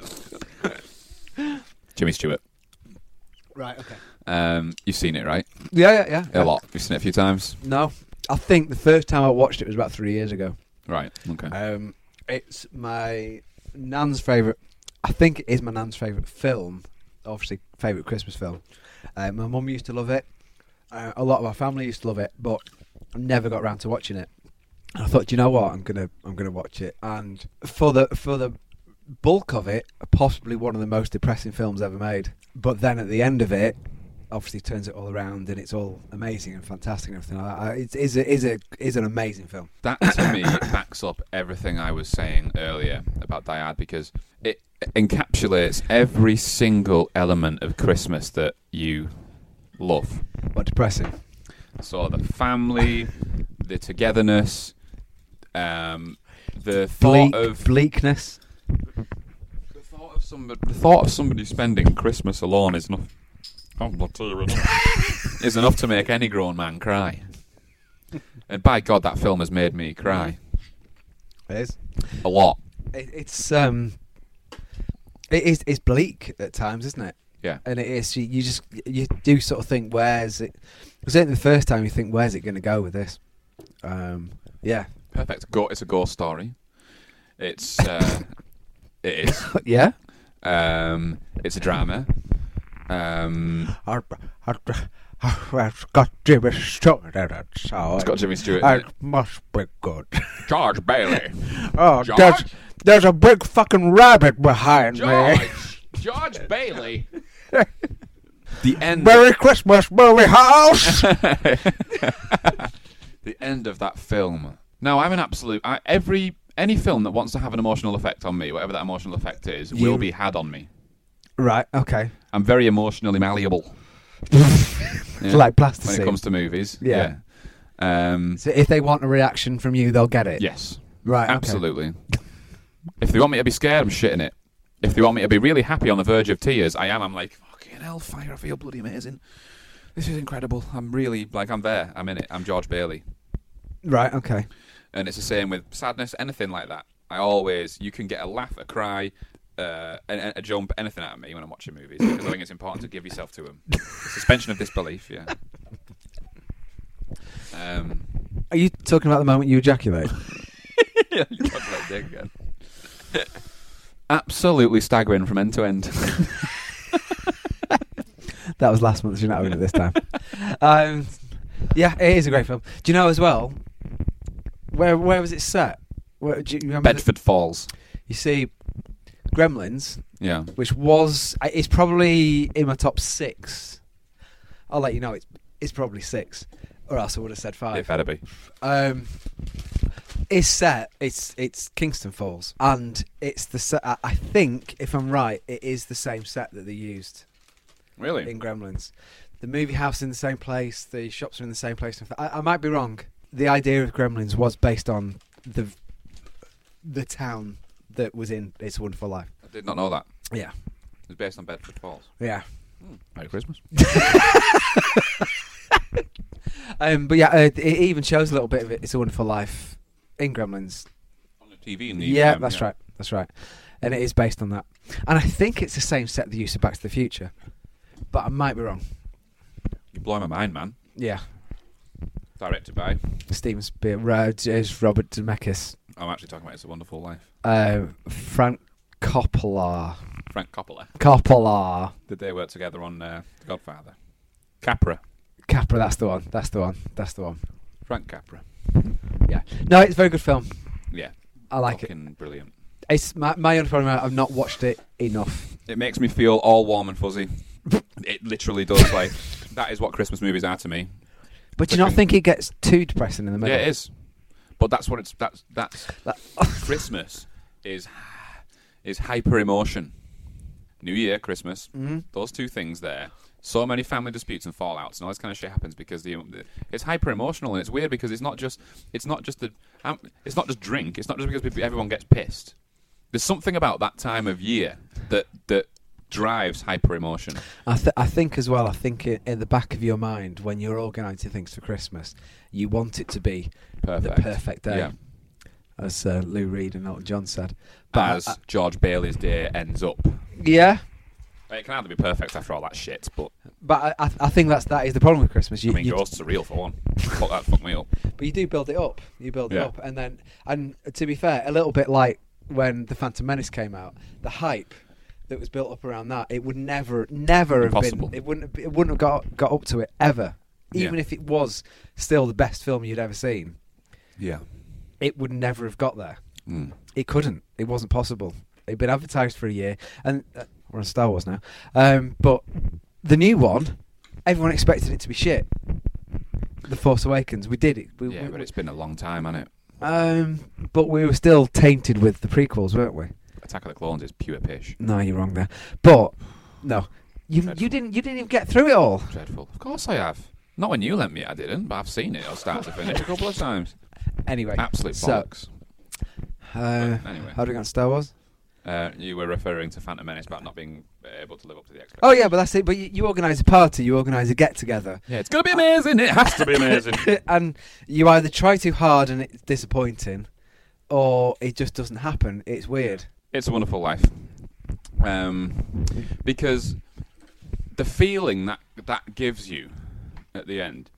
Speaker 2: Jimmy Stewart.
Speaker 1: Right, okay.
Speaker 2: Um, you've seen it, right?
Speaker 1: Yeah, yeah, yeah. yeah.
Speaker 2: A lot. You've seen it a few times.
Speaker 1: No. I think the first time I watched it was about three years ago.
Speaker 2: Right. Okay.
Speaker 1: Um, it's my nan's favourite. I think it is my nan's favourite film. Obviously, favourite Christmas film. Uh, my mum used to love it. Uh, a lot of our family used to love it, but I never got round to watching it. And I thought, "Do you know what? I'm gonna, I'm gonna watch it. And for the for the bulk of it, possibly one of the most depressing films ever made. But then at the end of it, obviously turns it all around, and it's all amazing and fantastic and everything like that. Uh, It is a, is a is an amazing film.
Speaker 2: that to me backs up everything I was saying earlier about Dyad because it encapsulates every single element of Christmas that you love.
Speaker 1: But depressing.
Speaker 2: So the family, the togetherness, um, the thought
Speaker 1: bleak,
Speaker 2: of
Speaker 1: bleakness.
Speaker 2: the thought of somebody the thought of somebody spending Christmas alone is enough. Oh, my dear, enough- is enough to make any grown man cry. And by God, that film has made me cry
Speaker 1: It is.
Speaker 2: a lot.
Speaker 1: It, it's um, it is it's bleak at times, isn't it?
Speaker 2: Yeah.
Speaker 1: And it is. You, you just you do sort of think, where's it? Certainly the first time you think, where's it going to go with this? Um, yeah,
Speaker 2: Perfect. Go- it's a ghost story. It's uh, it is.
Speaker 1: yeah.
Speaker 2: Um, it's a drama. Um,
Speaker 1: I've got Jimmy Stewart in it, so
Speaker 2: it's got Jimmy Stewart. In
Speaker 1: I
Speaker 2: it.
Speaker 1: must be good.
Speaker 2: George Bailey.
Speaker 1: Oh,
Speaker 2: George?
Speaker 1: there's, there's a big fucking rabbit behind me.
Speaker 2: George. Oh, George Bailey. the end.
Speaker 1: Merry Christmas, movie house.
Speaker 2: the end of that film. No, I'm an absolute. I, every any film that wants to have an emotional effect on me, whatever that emotional effect is, will be had on me.
Speaker 1: right. Okay.
Speaker 2: I'm very emotionally malleable Yeah.
Speaker 1: Like
Speaker 2: when
Speaker 1: plasticine.
Speaker 2: it comes to movies.
Speaker 1: Yeah.
Speaker 2: Yeah. Um,
Speaker 1: So if they want a reaction from you, they'll get it.
Speaker 2: yes.
Speaker 1: Right. okay.
Speaker 2: Absolutely. If they want me to be scared, I'm shitting it. If they want me to be really happy on the verge of tears, I am. I'm like, fucking hellfire, I feel bloody amazing. This is incredible. I'm really, like, I'm there. I'm in it. I'm George Bailey.
Speaker 1: Right. Okay.
Speaker 2: And it's the same with sadness, anything like that. I always, you can get a laugh, a cry, uh, a, a jump, anything out of me when I'm watching movies because I think it's important to give yourself to them. Suspension of disbelief, yeah. Um,
Speaker 1: Are you talking about the moment you ejaculate?
Speaker 2: yeah, you talk about dick again. Absolutely staggering from end to end.
Speaker 1: that was last month. You're not having it this time. um, yeah, it is a great film. Do you know as well? Where Where was it set? Where, do you remember? the-
Speaker 2: Bedford Falls.
Speaker 1: you see, Gremlins,
Speaker 2: Yeah.
Speaker 1: which was I- it's probably in my top six. I'll let you know. It's it's probably six, or else I would have said five.
Speaker 2: It better be.
Speaker 1: um, is set. It's it's Kingston Falls, and it's the set. I I think, if I'm right, it is the same set that they used
Speaker 2: Really?
Speaker 1: in Gremlins. The movie house in the same place. The shops are in the same place. I, I might be wrong. The idea of Gremlins was based on the the town that was in It's a Wonderful Life.
Speaker 2: I did not know that.
Speaker 1: Yeah,
Speaker 2: It was based on Bedford Falls.
Speaker 1: yeah.
Speaker 2: Merry Christmas.
Speaker 1: Um, but yeah, uh, it even shows a little bit of it. It's a Wonderful Life in Gremlins.
Speaker 2: On the TV in the
Speaker 1: Yeah,
Speaker 2: um,
Speaker 1: that's right. That's right. And it is based on that. And I think it's the same set they used of Back to the Future. But I might be wrong.
Speaker 2: You blow my mind, man.
Speaker 1: Yeah.
Speaker 2: Directed by.
Speaker 1: Steven Spielberg, uh, is Robert Zemeckis,
Speaker 2: I'm actually talking about It's a Wonderful Life.
Speaker 1: uh, Frank Coppola.
Speaker 2: Frank Coppola.
Speaker 1: Coppola.
Speaker 2: Did they work together on uh, The Godfather? Capra.
Speaker 1: Capra, that's the one. That's the one. That's the one.
Speaker 2: Frank Capra.
Speaker 1: Yeah. No, it's a very good film.
Speaker 2: Yeah.
Speaker 1: I like it.
Speaker 2: Fucking brilliant.
Speaker 1: It's my, my only problem. I've not watched it enough.
Speaker 2: It makes me feel all warm and fuzzy. it literally does. Like that is what Christmas movies are to me.
Speaker 1: But do you not think it gets too depressing in the
Speaker 2: Yeah,
Speaker 1: middle?
Speaker 2: it is. But that's what it's. That's that's
Speaker 1: That-
Speaker 2: Christmas is is hyper emotion. New Year, Christmas, those two things there. So many family disputes and fallouts and all this kind of shit happens because the, the it's hyper emotional and it's weird because it's not just it's not just the um, it's not just drink. It's not just because people- everyone gets pissed. There's something about that time of year that that drives hyper emotion.
Speaker 1: I, th- I think as well. I think i in the back of your mind, when you're organising things for Christmas, you want it to be
Speaker 2: Perfect.
Speaker 1: the perfect day,
Speaker 2: Yeah.
Speaker 1: as uh, Lou Reed and Elton John said. But
Speaker 2: As George Bailey's day ends up,
Speaker 1: yeah,
Speaker 2: it can either be perfect after all that shit, but
Speaker 1: but I, I, I think that's that is the problem with Christmas. You,
Speaker 2: I mean,
Speaker 1: you-
Speaker 2: ghosts are real for one. Fuck that, fuck me up.
Speaker 1: but you do build it up. You build it
Speaker 2: Yeah.
Speaker 1: up, and then and to be fair, a little bit like when the Phantom Menace came out, the hype that was built up around that, it would never, never
Speaker 2: Impossible.
Speaker 1: have been. It wouldn't. have- It wouldn't have got got up to it ever. Even
Speaker 2: Yeah.
Speaker 1: if it was still the best film you'd ever seen,
Speaker 2: Yeah.
Speaker 1: it would never have got there.
Speaker 2: Mm.
Speaker 1: It couldn't. It wasn't possible. It'd been advertised for a year, and uh, we're on Star Wars now. Um, but the new one, everyone expected it to be shit. The Force Awakens. We did it. We,
Speaker 2: Yeah,
Speaker 1: we-
Speaker 2: but it's been a long time, hasn't it?
Speaker 1: um, but we were still tainted with the prequels, weren't we?
Speaker 2: Attack of the Clones is pure pish.
Speaker 1: No, you're wrong there. But no, you you
Speaker 2: Dreadful.
Speaker 1: didn't you didn't even get through it all.
Speaker 2: Dreadful. Of course I have. Not when you lent me, it, I didn't, but I've seen it. I'll start to finish a couple of times.
Speaker 1: Anyway,
Speaker 2: Absolute
Speaker 1: So,
Speaker 2: bollocks.
Speaker 1: uh,
Speaker 2: Anyway.
Speaker 1: how do we get on Star Wars?
Speaker 2: Uh, you were referring to Phantom Menace about not being able to live up to the expectations.
Speaker 1: Oh yeah, but that's it. But you, you organise a party, you organise a get together.
Speaker 2: Yeah, it's gonna be amazing. It has to be amazing.
Speaker 1: and you either try too hard and it's disappointing, or it just doesn't happen. It's weird.
Speaker 2: It's a Wonderful Life, um, because the feeling that that gives you at the end.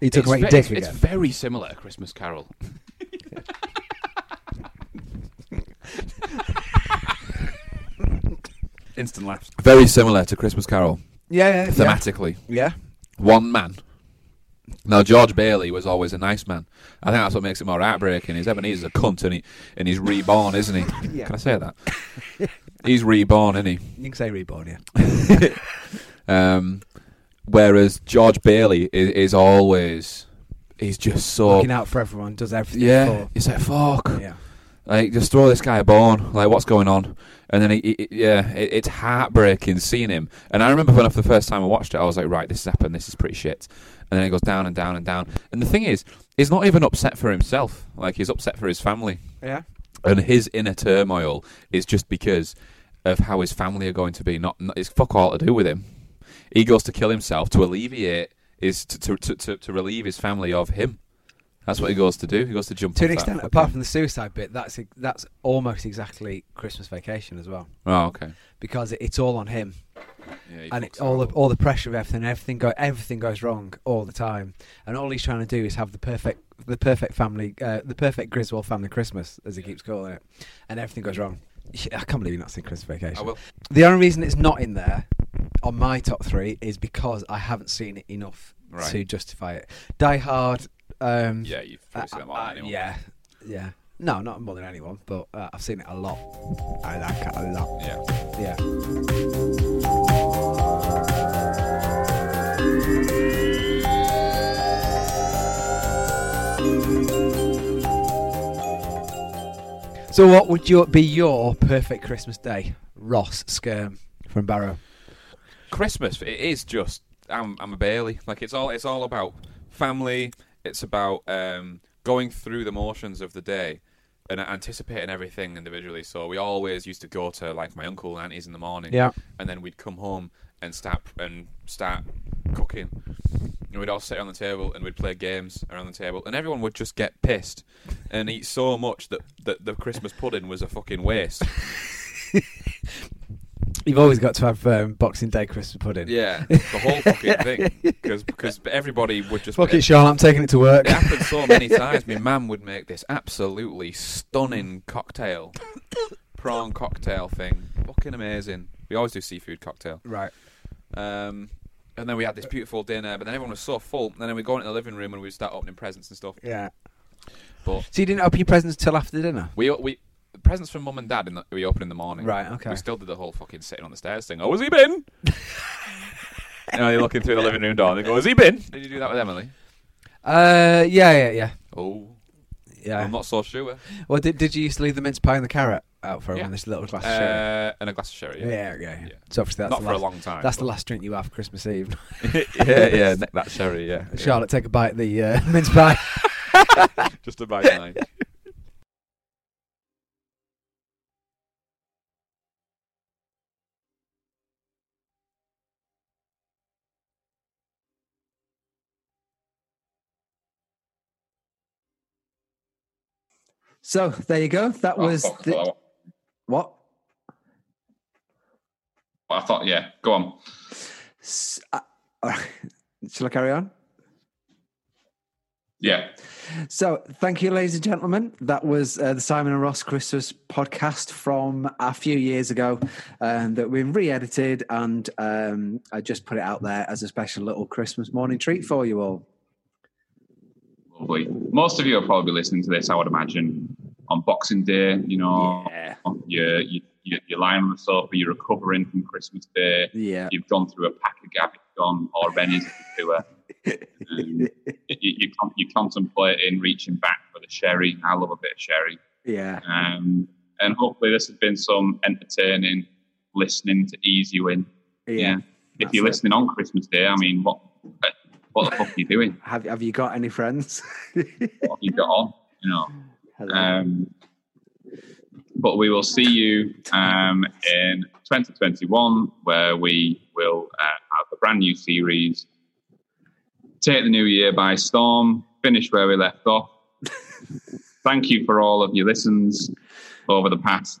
Speaker 1: You took
Speaker 2: it's
Speaker 1: away your
Speaker 2: ve-
Speaker 1: dick
Speaker 2: it's- It's
Speaker 1: again.
Speaker 2: very similar to Christmas Carol. Instant laughs. Very similar to Christmas Carol
Speaker 1: Yeah, yeah, yeah.
Speaker 2: thematically.
Speaker 1: yeah.
Speaker 2: One man. Now George Bailey was always a nice man. I think that's what makes it more heartbreaking. Is Ebenezer's a cunt and he and he's reborn, isn't he?
Speaker 1: Yeah.
Speaker 2: Can I say that? he's reborn, isn't he?
Speaker 1: You can say reborn, yeah.
Speaker 2: Um, whereas George Bailey is, is always he's just so
Speaker 1: Looking out for everyone, does everything.
Speaker 2: yeah.
Speaker 1: for-
Speaker 2: It's like fuck.
Speaker 1: yeah.
Speaker 2: Like just throw this guy a bone. Like what's going on? And then he, he- he- yeah, it, it's heartbreaking seeing him. And I remember when I, for the first time I watched it, I was like, right, this has happened. This is pretty shit. And then it goes down and down and down. And the thing is, he's not even upset for himself. Like he's upset for his family.
Speaker 1: Yeah.
Speaker 2: And his inner turmoil is just because of how his family are going to be. Not, not it's fuck all to do with him. He goes to kill himself to alleviate is to to, to, to, to relieve his family of him. That's what he goes to do. He goes to jump
Speaker 1: To
Speaker 2: off
Speaker 1: an
Speaker 2: that
Speaker 1: extent,
Speaker 2: fucking-
Speaker 1: apart from the suicide bit, that's e- that's almost exactly Christmas Vacation as well,
Speaker 2: Oh, okay.
Speaker 1: because it, it's all on him,
Speaker 2: Yeah,
Speaker 1: and it, all the all the pressure of everything, everything go everything goes wrong all the time, and all he's trying to do is have the perfect the perfect family, uh, the perfect Griswold family Christmas, as he keeps calling it, and everything goes wrong. Shit, I can't believe you're not seen Christmas Vacation.
Speaker 2: I will.
Speaker 1: The only reason it's not in there on my top three is because I haven't seen it enough
Speaker 2: Right.
Speaker 1: to justify it. Die Hard. Um,
Speaker 2: Yeah, you've
Speaker 1: uh,
Speaker 2: probably seen them all
Speaker 1: uh,
Speaker 2: anyway.
Speaker 1: yeah, yeah. No, not more than anyone, but uh, I've seen it a lot. I like it a lot.
Speaker 2: Yeah.
Speaker 1: Yeah. So, what would your be your perfect Christmas day, Ross Skirm from Barrow?
Speaker 2: Christmas. It is just I'm I'm a Bailey. Like it's all it's all about family. It's about um, going through the motions of the day and anticipating everything individually. So we always used to go to like my uncle and aunties in the morning.
Speaker 1: Yeah.
Speaker 2: And then we'd come home and start and start cooking. And we'd all sit on the table and we'd play games around the table, and everyone would just get pissed and eat so much that, that the Christmas pudding was a fucking waste.
Speaker 1: You've always got to have um, Boxing Day Christmas pudding.
Speaker 2: Yeah, the whole fucking thing because everybody would just
Speaker 1: Fuck it, Sean. I'm taking it to work.
Speaker 2: It happened so many times. My mum would make this absolutely stunning cocktail, prawn cocktail thing. Fucking amazing. We always do seafood cocktail.
Speaker 1: Right.
Speaker 2: Um, and then we had this beautiful dinner, but then everyone was so full. And then we'd go into the living room and we'd start opening presents and stuff.
Speaker 1: Yeah.
Speaker 2: But
Speaker 1: So you didn't open your presents till after dinner.
Speaker 2: we we presents from mum and dad in the, we opened in the morning.
Speaker 1: Right, okay.
Speaker 2: We still did the whole fucking sitting on the stairs thing. Oh, was he been? and they're looking through the living room door and they go, Has he been? Did you do that with Emily?
Speaker 7: Uh, yeah, yeah, yeah,
Speaker 2: Oh,
Speaker 7: yeah.
Speaker 2: I'm not so sure.
Speaker 7: Well, did, did you used to leave the mince pie and the carrot out for her
Speaker 2: Yeah.
Speaker 7: in this little glass of sherry?
Speaker 2: Uh, and a glass of sherry. Yeah.
Speaker 7: Yeah, yeah, yeah. So obviously that's
Speaker 2: Not
Speaker 7: the
Speaker 2: for a
Speaker 7: last-
Speaker 2: long time.
Speaker 7: That's the
Speaker 2: but-
Speaker 7: last drink you have Christmas Eve.
Speaker 2: yeah, yeah, neck that sherry, yeah. yeah.
Speaker 7: Charlotte, take a bite of the uh, mince pie.
Speaker 2: Just a bite line.
Speaker 1: So there you go. That was
Speaker 3: Oh, fuck, I,
Speaker 1: the,
Speaker 3: thought
Speaker 1: what.
Speaker 3: I, I thought, yeah, go on.
Speaker 1: S- uh, all right. Shall I carry on?
Speaker 3: Yeah.
Speaker 1: So, thank you, ladies and gentlemen. That was uh, the Simon and Ross Christmas podcast from a few years ago um, that we re-edited, and um, I just put it out there as a special little Christmas morning treat for you all.
Speaker 3: Lovely. Most of you are probably listening to this, I would imagine, on Boxing Day. You know,
Speaker 1: Yeah,
Speaker 3: you're, you, you- you're lying on the sofa, you're recovering from Christmas Day.
Speaker 1: yeah.
Speaker 3: You've gone through a pack of Gavic gone or Rennies if you do it. Um, you, you, con- you're contemplating reaching back for the sherry. I love a bit of sherry.
Speaker 1: Yeah,
Speaker 3: Um, and hopefully, this has been some entertaining listening to ease you in.
Speaker 1: yeah.
Speaker 3: If
Speaker 1: That's
Speaker 3: you're
Speaker 1: it.
Speaker 3: listening on Christmas Day, I mean, what what the fuck are you doing?
Speaker 1: Have Have you got any friends?
Speaker 3: What have you got on? You know.
Speaker 1: Hello.
Speaker 3: Um, but we will see you um, in 2021, where we will uh, have a brand new series, take the new year by storm, finish where we left off. Thank you for all of your listens over the past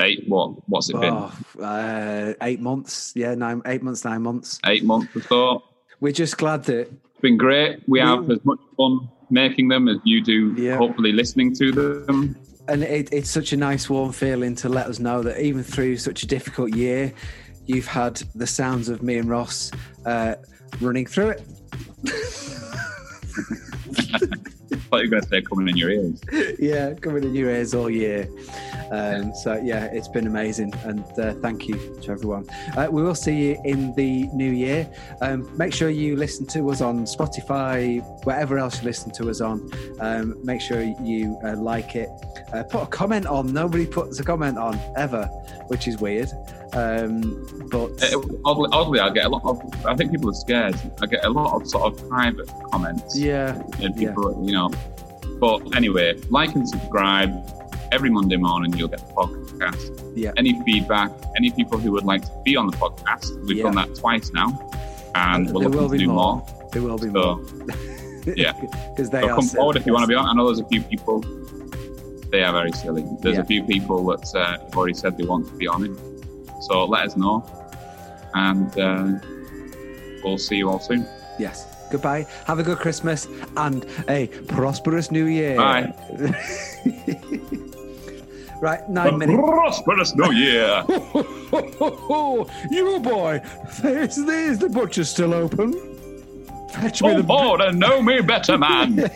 Speaker 3: eight. What what's it been?
Speaker 1: Oh, uh, eight months. Yeah, nine, eight months, nine months.
Speaker 3: Eight months or so.
Speaker 1: We're just glad that
Speaker 3: It's been great. We have as much fun making them as you do.
Speaker 1: Yeah.
Speaker 3: Hopefully, listening to them.
Speaker 1: and it, it's such a nice warm feeling to let us know that even through such a difficult year you've had the sounds of me and ross uh, running through it
Speaker 3: I thought you were going to say coming in your ears.
Speaker 1: yeah coming in your ears all year um, so yeah it's been amazing and uh, thank you to everyone uh, we will see you in the new year um, make sure you listen to us on spotify wherever else you listen to us on um, make sure you uh, like it uh, put a comment on nobody puts a comment on ever which is weird um, but
Speaker 3: Uh, oddly, oddly, I get a lot of. I think people are scared. I get a lot of sort of private comments.
Speaker 1: yeah
Speaker 3: And people, you know. But anyway, like and subscribe. Every Monday morning, you'll get the podcast.
Speaker 1: Yeah.
Speaker 3: Any feedback, any people who would like to be on the podcast, we've
Speaker 1: Yeah.
Speaker 3: done that twice now, and
Speaker 1: there
Speaker 3: we're looking
Speaker 1: will
Speaker 3: to
Speaker 1: be
Speaker 3: do
Speaker 1: more.
Speaker 3: more.
Speaker 1: there will be more
Speaker 3: So, yeah.
Speaker 1: because they
Speaker 3: so
Speaker 1: are
Speaker 3: come
Speaker 1: silly.
Speaker 3: forward if you want to be on. I know there's a few people. They are very silly. There's
Speaker 1: Yeah.
Speaker 3: a few people that uh, have already said they want to be on it. So let us know, and uh, we'll see you all soon.
Speaker 1: yes goodbye have a good christmas and a prosperous new year
Speaker 3: Bye.
Speaker 1: right nine minutes
Speaker 3: Prosperous New Year.
Speaker 1: you boy is, is the butcher still open fetch
Speaker 3: Oh, boy, and know me better, man.